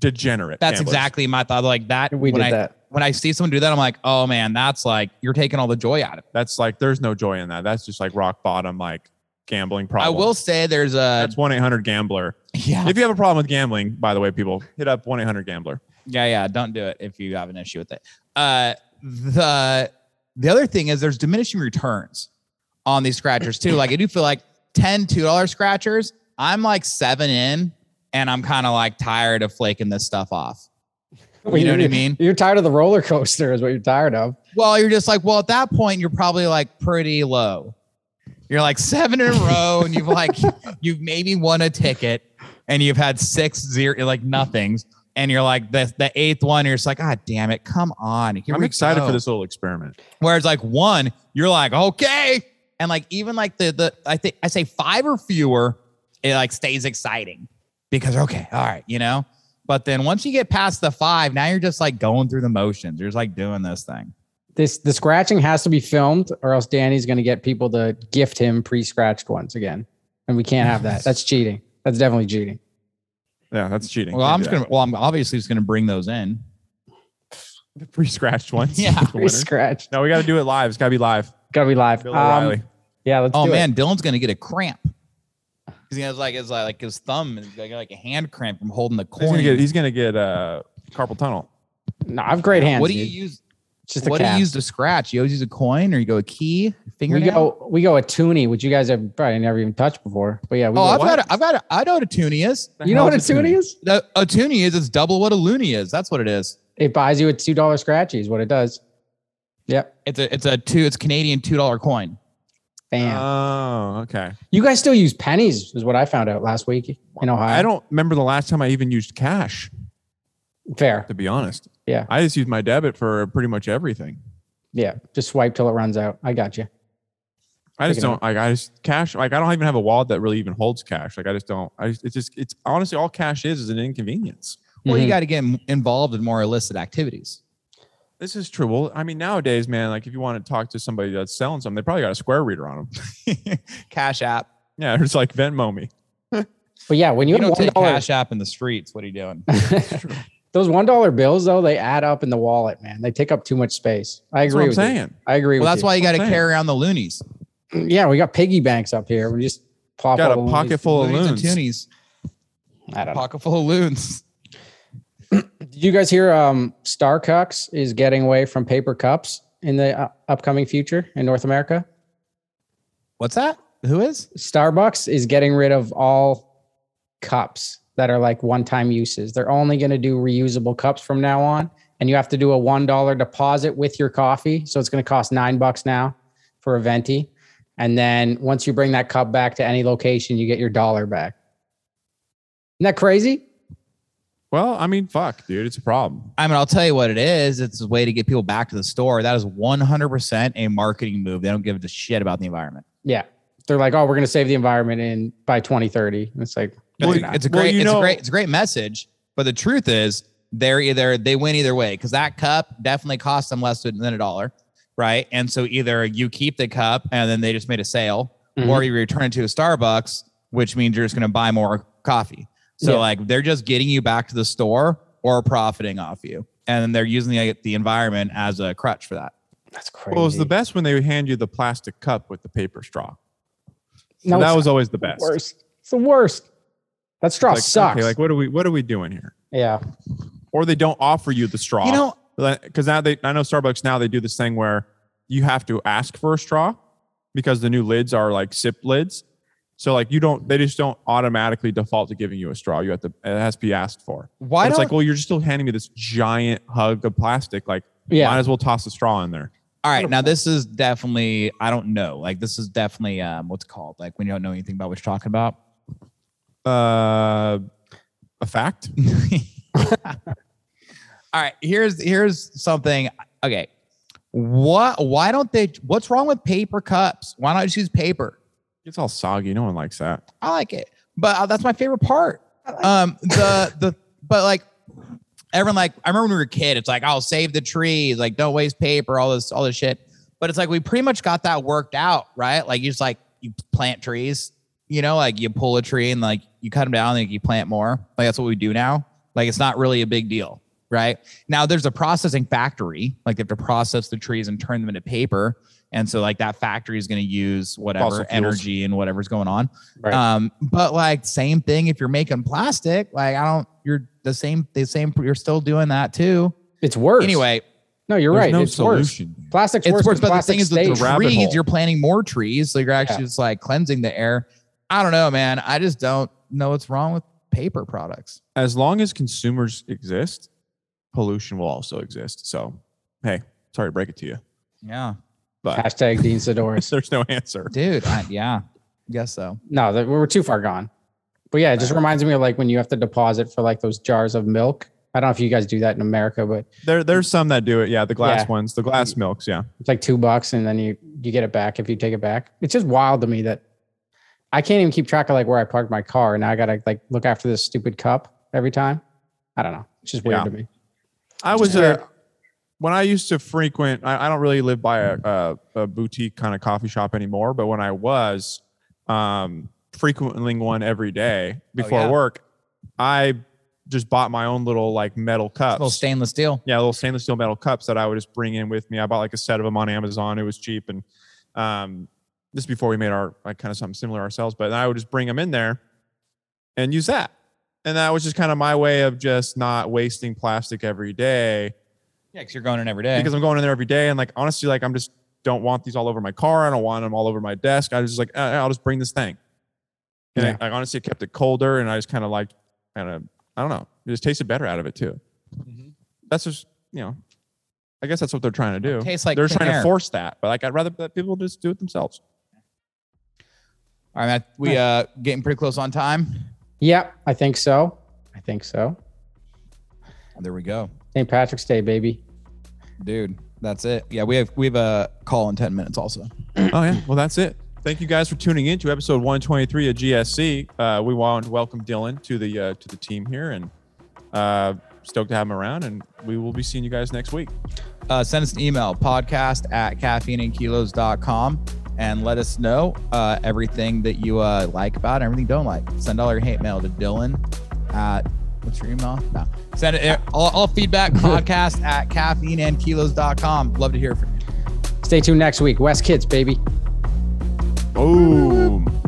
[SPEAKER 6] degenerate.
[SPEAKER 7] That's
[SPEAKER 6] gamblers.
[SPEAKER 7] exactly my thought. Like that.
[SPEAKER 5] We
[SPEAKER 7] when
[SPEAKER 5] did
[SPEAKER 7] I,
[SPEAKER 5] that.
[SPEAKER 7] When I see someone do that, I'm like, oh man, that's like you're taking all the joy out of it.
[SPEAKER 6] That's like there's no joy in that. That's just like rock bottom, like gambling problem.
[SPEAKER 7] I will say there's a
[SPEAKER 6] That's one eight hundred gambler.
[SPEAKER 7] *laughs* yeah
[SPEAKER 6] If you have a problem with gambling, by the way, people hit up one eight hundred gambler.
[SPEAKER 7] yeah yeah. Don't do it if you have an issue with it. Uh, the the other thing is there's diminishing returns on these scratchers too. like I do feel like 10 $2 scratchers, I'm like seven in and I'm kind of like tired of flaking this stuff off. *laughs* You know what I mean?
[SPEAKER 5] You're tired of the roller coaster, is what you're tired of.
[SPEAKER 7] Well, you're just like, well, at that point, you're probably like pretty low. You're like seven in a row, and you've like *laughs* you've maybe won a ticket, and you've had six zero like nothings, and you're like the the eighth one. You're just like, God damn it, come on! here
[SPEAKER 6] I'm
[SPEAKER 7] we
[SPEAKER 6] excited
[SPEAKER 7] go."
[SPEAKER 6] for this little experiment.
[SPEAKER 7] Whereas like one, you're like okay, and like even like the the I think I say five or fewer, it like stays exciting because okay, all right, you know. But then once you get past the five, now you're just like going through the motions. You're just like doing this thing.
[SPEAKER 5] This the scratching has to be filmed, or else Danny's going to get people to gift him pre-scratched ones again, and we can't have
[SPEAKER 7] *laughs*
[SPEAKER 5] that. That's cheating. That's definitely cheating.
[SPEAKER 6] Yeah, that's cheating.
[SPEAKER 7] Well,
[SPEAKER 6] Can't
[SPEAKER 7] I'm
[SPEAKER 6] do
[SPEAKER 7] just
[SPEAKER 6] that.
[SPEAKER 7] gonna. Well, I'm obviously just gonna bring those in.
[SPEAKER 6] the *laughs* pre-scratched ones.
[SPEAKER 7] Yeah.
[SPEAKER 6] The winner.
[SPEAKER 5] Pre-scratched.
[SPEAKER 6] no, we got to do it live. It's got to be live.
[SPEAKER 5] Gotta be live.
[SPEAKER 6] Bill
[SPEAKER 5] Um,
[SPEAKER 6] O'Reilly.
[SPEAKER 5] yeah, let's.
[SPEAKER 7] Oh
[SPEAKER 5] do it.
[SPEAKER 7] man, Dylan's gonna get a cramp. He's gonna have like his like his thumb is like, like a hand cramp from holding the
[SPEAKER 6] He's
[SPEAKER 7] coin.
[SPEAKER 6] gonna get. He's gonna get uh, carpal tunnel.
[SPEAKER 5] No, I've great hands.
[SPEAKER 7] what do you
[SPEAKER 5] dude.
[SPEAKER 7] use?
[SPEAKER 5] It's just a
[SPEAKER 7] What do you
[SPEAKER 5] cast.
[SPEAKER 7] use to scratch? You always use a coin or you go a key
[SPEAKER 5] we
[SPEAKER 7] fingernail? Oh,
[SPEAKER 5] go we go a toonie, which you guys have probably never even touched before. But yeah, we
[SPEAKER 7] oh,
[SPEAKER 5] go,
[SPEAKER 7] I've
[SPEAKER 5] what?
[SPEAKER 7] got. A, I've got. A, I know what a toonie is.
[SPEAKER 5] you know what a
[SPEAKER 6] How's it
[SPEAKER 5] toonie
[SPEAKER 6] doing?
[SPEAKER 5] is?
[SPEAKER 7] A, a toonie is. It's double what a loony is. That's what it is.
[SPEAKER 5] It buys you a two dollar scratchy is what it does. Yep.
[SPEAKER 7] It's a. It's a two. It's Canadian two dollar coin.
[SPEAKER 5] Bam.
[SPEAKER 6] Oh, okay.
[SPEAKER 5] you guys still use pennies, is what I found out last week in Ohio.
[SPEAKER 6] I don't remember the last time I even used cash.
[SPEAKER 5] fair.
[SPEAKER 6] To be honest,
[SPEAKER 5] Yeah.
[SPEAKER 6] I just use my debit for pretty much everything.
[SPEAKER 5] Yeah. Just swipe till it runs out. I got you.
[SPEAKER 6] I just
[SPEAKER 5] Picking
[SPEAKER 6] don't like I just cash like I don't even have a wallet that really even holds cash. Like I just don't. I just, it's just it's honestly all cash is is an inconvenience.
[SPEAKER 7] Well,
[SPEAKER 5] Mhm.
[SPEAKER 7] you got to get m- involved in more illicit activities.
[SPEAKER 6] This is true. Well, I mean nowadays, man, like if you want to talk to somebody that's selling something, they probably got a square reader on them.
[SPEAKER 7] Cash app.
[SPEAKER 6] *laughs* Yeah, it's like Venmo me.
[SPEAKER 5] But yeah, when you, have
[SPEAKER 7] You don't
[SPEAKER 5] one
[SPEAKER 7] take
[SPEAKER 5] dollar,
[SPEAKER 7] Cash App in the streets. What are you doing?
[SPEAKER 5] those one dollar bills though, they add up in the wallet, man. They take up too much space. I
[SPEAKER 6] That's what
[SPEAKER 5] agree
[SPEAKER 6] I'm
[SPEAKER 5] with you.
[SPEAKER 6] saying.
[SPEAKER 5] I agree
[SPEAKER 7] well,
[SPEAKER 5] with
[SPEAKER 7] that's why you got to
[SPEAKER 6] Same.
[SPEAKER 7] carry around the loonies.
[SPEAKER 5] you. Yeah, we got piggy banks up here. We just pop
[SPEAKER 6] Got
[SPEAKER 5] all
[SPEAKER 6] a
[SPEAKER 5] the
[SPEAKER 6] pocket full of
[SPEAKER 7] loonies
[SPEAKER 6] loons.
[SPEAKER 7] and toonies.
[SPEAKER 5] loonies- I don't know.
[SPEAKER 7] Pocket full of loons.
[SPEAKER 5] Did you guys hear um, Star Cucks is getting away from paper cups in the uh, upcoming future in North America?
[SPEAKER 7] What's that? Who is?
[SPEAKER 5] Starbucks is getting rid of all cups that are like one time uses. They're only going to do reusable cups from now on. And you have to do a $1 deposit with your coffee. So it's going to cost nine bucks now for a venti. And then once you bring that cup back to any location, you get your dollar back. Isn't that crazy?
[SPEAKER 6] Well, I mean, fuck, dude, it's a problem.
[SPEAKER 7] I mean, I'll tell you what it is. It's a way to get people back to the store. That is 100% a marketing move. They don't give a shit about the environment.
[SPEAKER 5] Yeah. They're like, oh, we're going to save the environment in by 2030. And it's like,
[SPEAKER 7] It's,
[SPEAKER 6] Well,
[SPEAKER 7] a, it's a
[SPEAKER 6] well,
[SPEAKER 7] great,
[SPEAKER 6] you
[SPEAKER 7] it's
[SPEAKER 6] know-
[SPEAKER 7] a great, it's a great message. But the truth is, they're either they win either way because that cup definitely costs them less than a dollar, right? And so either you keep the cup and then they just made a sale,
[SPEAKER 6] Mm-hmm.
[SPEAKER 5] Mhm.
[SPEAKER 7] or you return it to a Starbucks, which means you're just going to buy more coffee. So
[SPEAKER 5] Yeah.
[SPEAKER 7] like they're just getting you back to the store or profiting off you, and then they're using the, the environment as a crutch for that.
[SPEAKER 5] That's crazy.
[SPEAKER 6] Well, it was the best when they would hand you the plastic cup with the paper straw.
[SPEAKER 5] No,
[SPEAKER 6] that
[SPEAKER 5] it's
[SPEAKER 6] was always the
[SPEAKER 5] the
[SPEAKER 6] best.
[SPEAKER 5] worst. It's the worst. That straw
[SPEAKER 6] Like,
[SPEAKER 5] sucks.
[SPEAKER 6] okay, like what are we what are we doing here?
[SPEAKER 5] yeah.
[SPEAKER 6] Or they don't offer you the straw.
[SPEAKER 7] You know,
[SPEAKER 6] because now they I know Starbucks now they do this thing where you have to ask for a straw because the new lids are like sip lids. So like you don't they just don't automatically default to giving you a straw. You have to it has to be asked for.
[SPEAKER 7] why
[SPEAKER 6] But it's
[SPEAKER 7] don't
[SPEAKER 6] like, well, you're just still handing me this giant hug of plastic. Like
[SPEAKER 5] Yeah.
[SPEAKER 6] might as well toss the straw in there.
[SPEAKER 7] All right, now this is definitely I don't know. Like this is definitely um what's it called like when you don't know anything about what you're talking about.
[SPEAKER 6] Uh a fact?
[SPEAKER 7] *laughs* All right, here's here's something. Okay, what? Why don't they? What's wrong with paper cups? Why not just use paper?
[SPEAKER 6] It's all soggy. No one likes that.
[SPEAKER 7] I like it, but uh, that's my favorite part. Um, the the but like everyone like I remember when we were a kid, it's like I'll save the trees, like don't waste paper, all this all this shit. But it's like we pretty much got that worked out, right? Like you just like you plant trees, you know, like you pull a tree and like you cut them down, and you plant more. Like that's what we do now. Like it's not really a big deal, right? Now there's a processing factory, like they have to process the trees and turn them into paper. And so like that factory is going to use
[SPEAKER 6] Fossil
[SPEAKER 7] whatever
[SPEAKER 6] fuels.
[SPEAKER 7] energy and whatever's going on.
[SPEAKER 5] Right.
[SPEAKER 7] Um, but like same thing if you're making plastic, like I don't you're the same the same you're still doing that too.
[SPEAKER 5] it's worse.
[SPEAKER 7] Anyway,
[SPEAKER 5] No, you're
[SPEAKER 6] There's
[SPEAKER 5] right.
[SPEAKER 6] No
[SPEAKER 5] it's
[SPEAKER 6] solution.
[SPEAKER 5] worse. Plastic's
[SPEAKER 7] it's
[SPEAKER 5] worse.
[SPEAKER 7] worse,
[SPEAKER 5] than
[SPEAKER 7] but the
[SPEAKER 5] plastic
[SPEAKER 7] thing is with the
[SPEAKER 5] stays.
[SPEAKER 6] ra- rabbit
[SPEAKER 7] trees,
[SPEAKER 6] hole.
[SPEAKER 7] you're planting more trees, so you're actually
[SPEAKER 5] Yeah.
[SPEAKER 7] just like cleansing the air. I don't know, man. I just don't know what's wrong with paper products.
[SPEAKER 6] As long as consumers exist, pollution will also exist. So, hey, sorry to break it to you,
[SPEAKER 7] Yeah,
[SPEAKER 6] but
[SPEAKER 5] *laughs* Hashtag Dean Sidoris.
[SPEAKER 6] *laughs* there's no answer.
[SPEAKER 7] dude. I, yeah, guess so.
[SPEAKER 5] No, that we're too far gone. But yeah, it just reminds me of like when you have to deposit for like those jars of milk. I don't know if you guys do that in America, but
[SPEAKER 6] There, there's some that do it. Yeah, the glass
[SPEAKER 5] Yeah.
[SPEAKER 6] ones, the glass milks. Yeah,
[SPEAKER 5] it's like two bucks and then you you get it back if you take it back. It's just wild to me that I can't even keep track of like where I parked my car and now I gotta like look after this stupid cup every time. I don't know. It's just weird
[SPEAKER 6] Yeah.
[SPEAKER 5] to me.
[SPEAKER 6] I was
[SPEAKER 5] Sure.
[SPEAKER 6] uh, when I used to frequent. I, I don't really live by a, a, a boutique kind of coffee shop anymore, but when I was um, frequenting one every day before
[SPEAKER 7] yeah.
[SPEAKER 6] work, I just bought my own little like metal cups.
[SPEAKER 7] Little stainless steel.
[SPEAKER 6] yeah, little stainless steel metal cups that I would just bring in with me. I bought like a set of them on Amazon. It was cheap, and um, this is before we made our like kind of something similar ourselves. But I would just bring them in there and use that, and that was just kind of my way of just not wasting plastic every day
[SPEAKER 7] Yeah, because you're going in every day.
[SPEAKER 6] because I'm going in there every day. And like honestly, like I'm just don't want these all over my car. I don't want them all over my desk. I was just like "Uh, I'll just bring this thing. And
[SPEAKER 5] Yeah.
[SPEAKER 6] I, I honestly kept it colder, and I just kind of like kind of I don't know. It just tasted better out of it too.
[SPEAKER 7] Mm-hmm.
[SPEAKER 6] That's just you know, I guess that's what they're trying to do.
[SPEAKER 7] tastes like
[SPEAKER 6] they're
[SPEAKER 7] thin
[SPEAKER 6] trying
[SPEAKER 7] air.
[SPEAKER 6] to force that, but like I'd rather that people just do it themselves.
[SPEAKER 7] All right, Matt, we uh getting pretty close on time.
[SPEAKER 5] Yep, I think so. I think so.
[SPEAKER 7] There we go,
[SPEAKER 5] St. Patrick's Day, baby.
[SPEAKER 7] dude. That's it. Yeah, we have we have a call in ten minutes. Also,
[SPEAKER 6] oh yeah. Well, that's it. Thank you guys for tuning in to episode 123 of GSC. Uh, we want to welcome Dylan to the uh, to the team here, and uh, stoked to have him around. And we will be seeing you guys next week.
[SPEAKER 7] uh, send us an email podcast at caffeineandkilos.com and let us know uh, everything that you uh, like about it, everything you don't like. Send all your hate mail to Dylan at what's your email? No, send it all, all feedback podcast at caffeineandkilos.com. Love to hear from you.
[SPEAKER 5] Stay tuned next week. West Kids, baby.
[SPEAKER 6] Boom.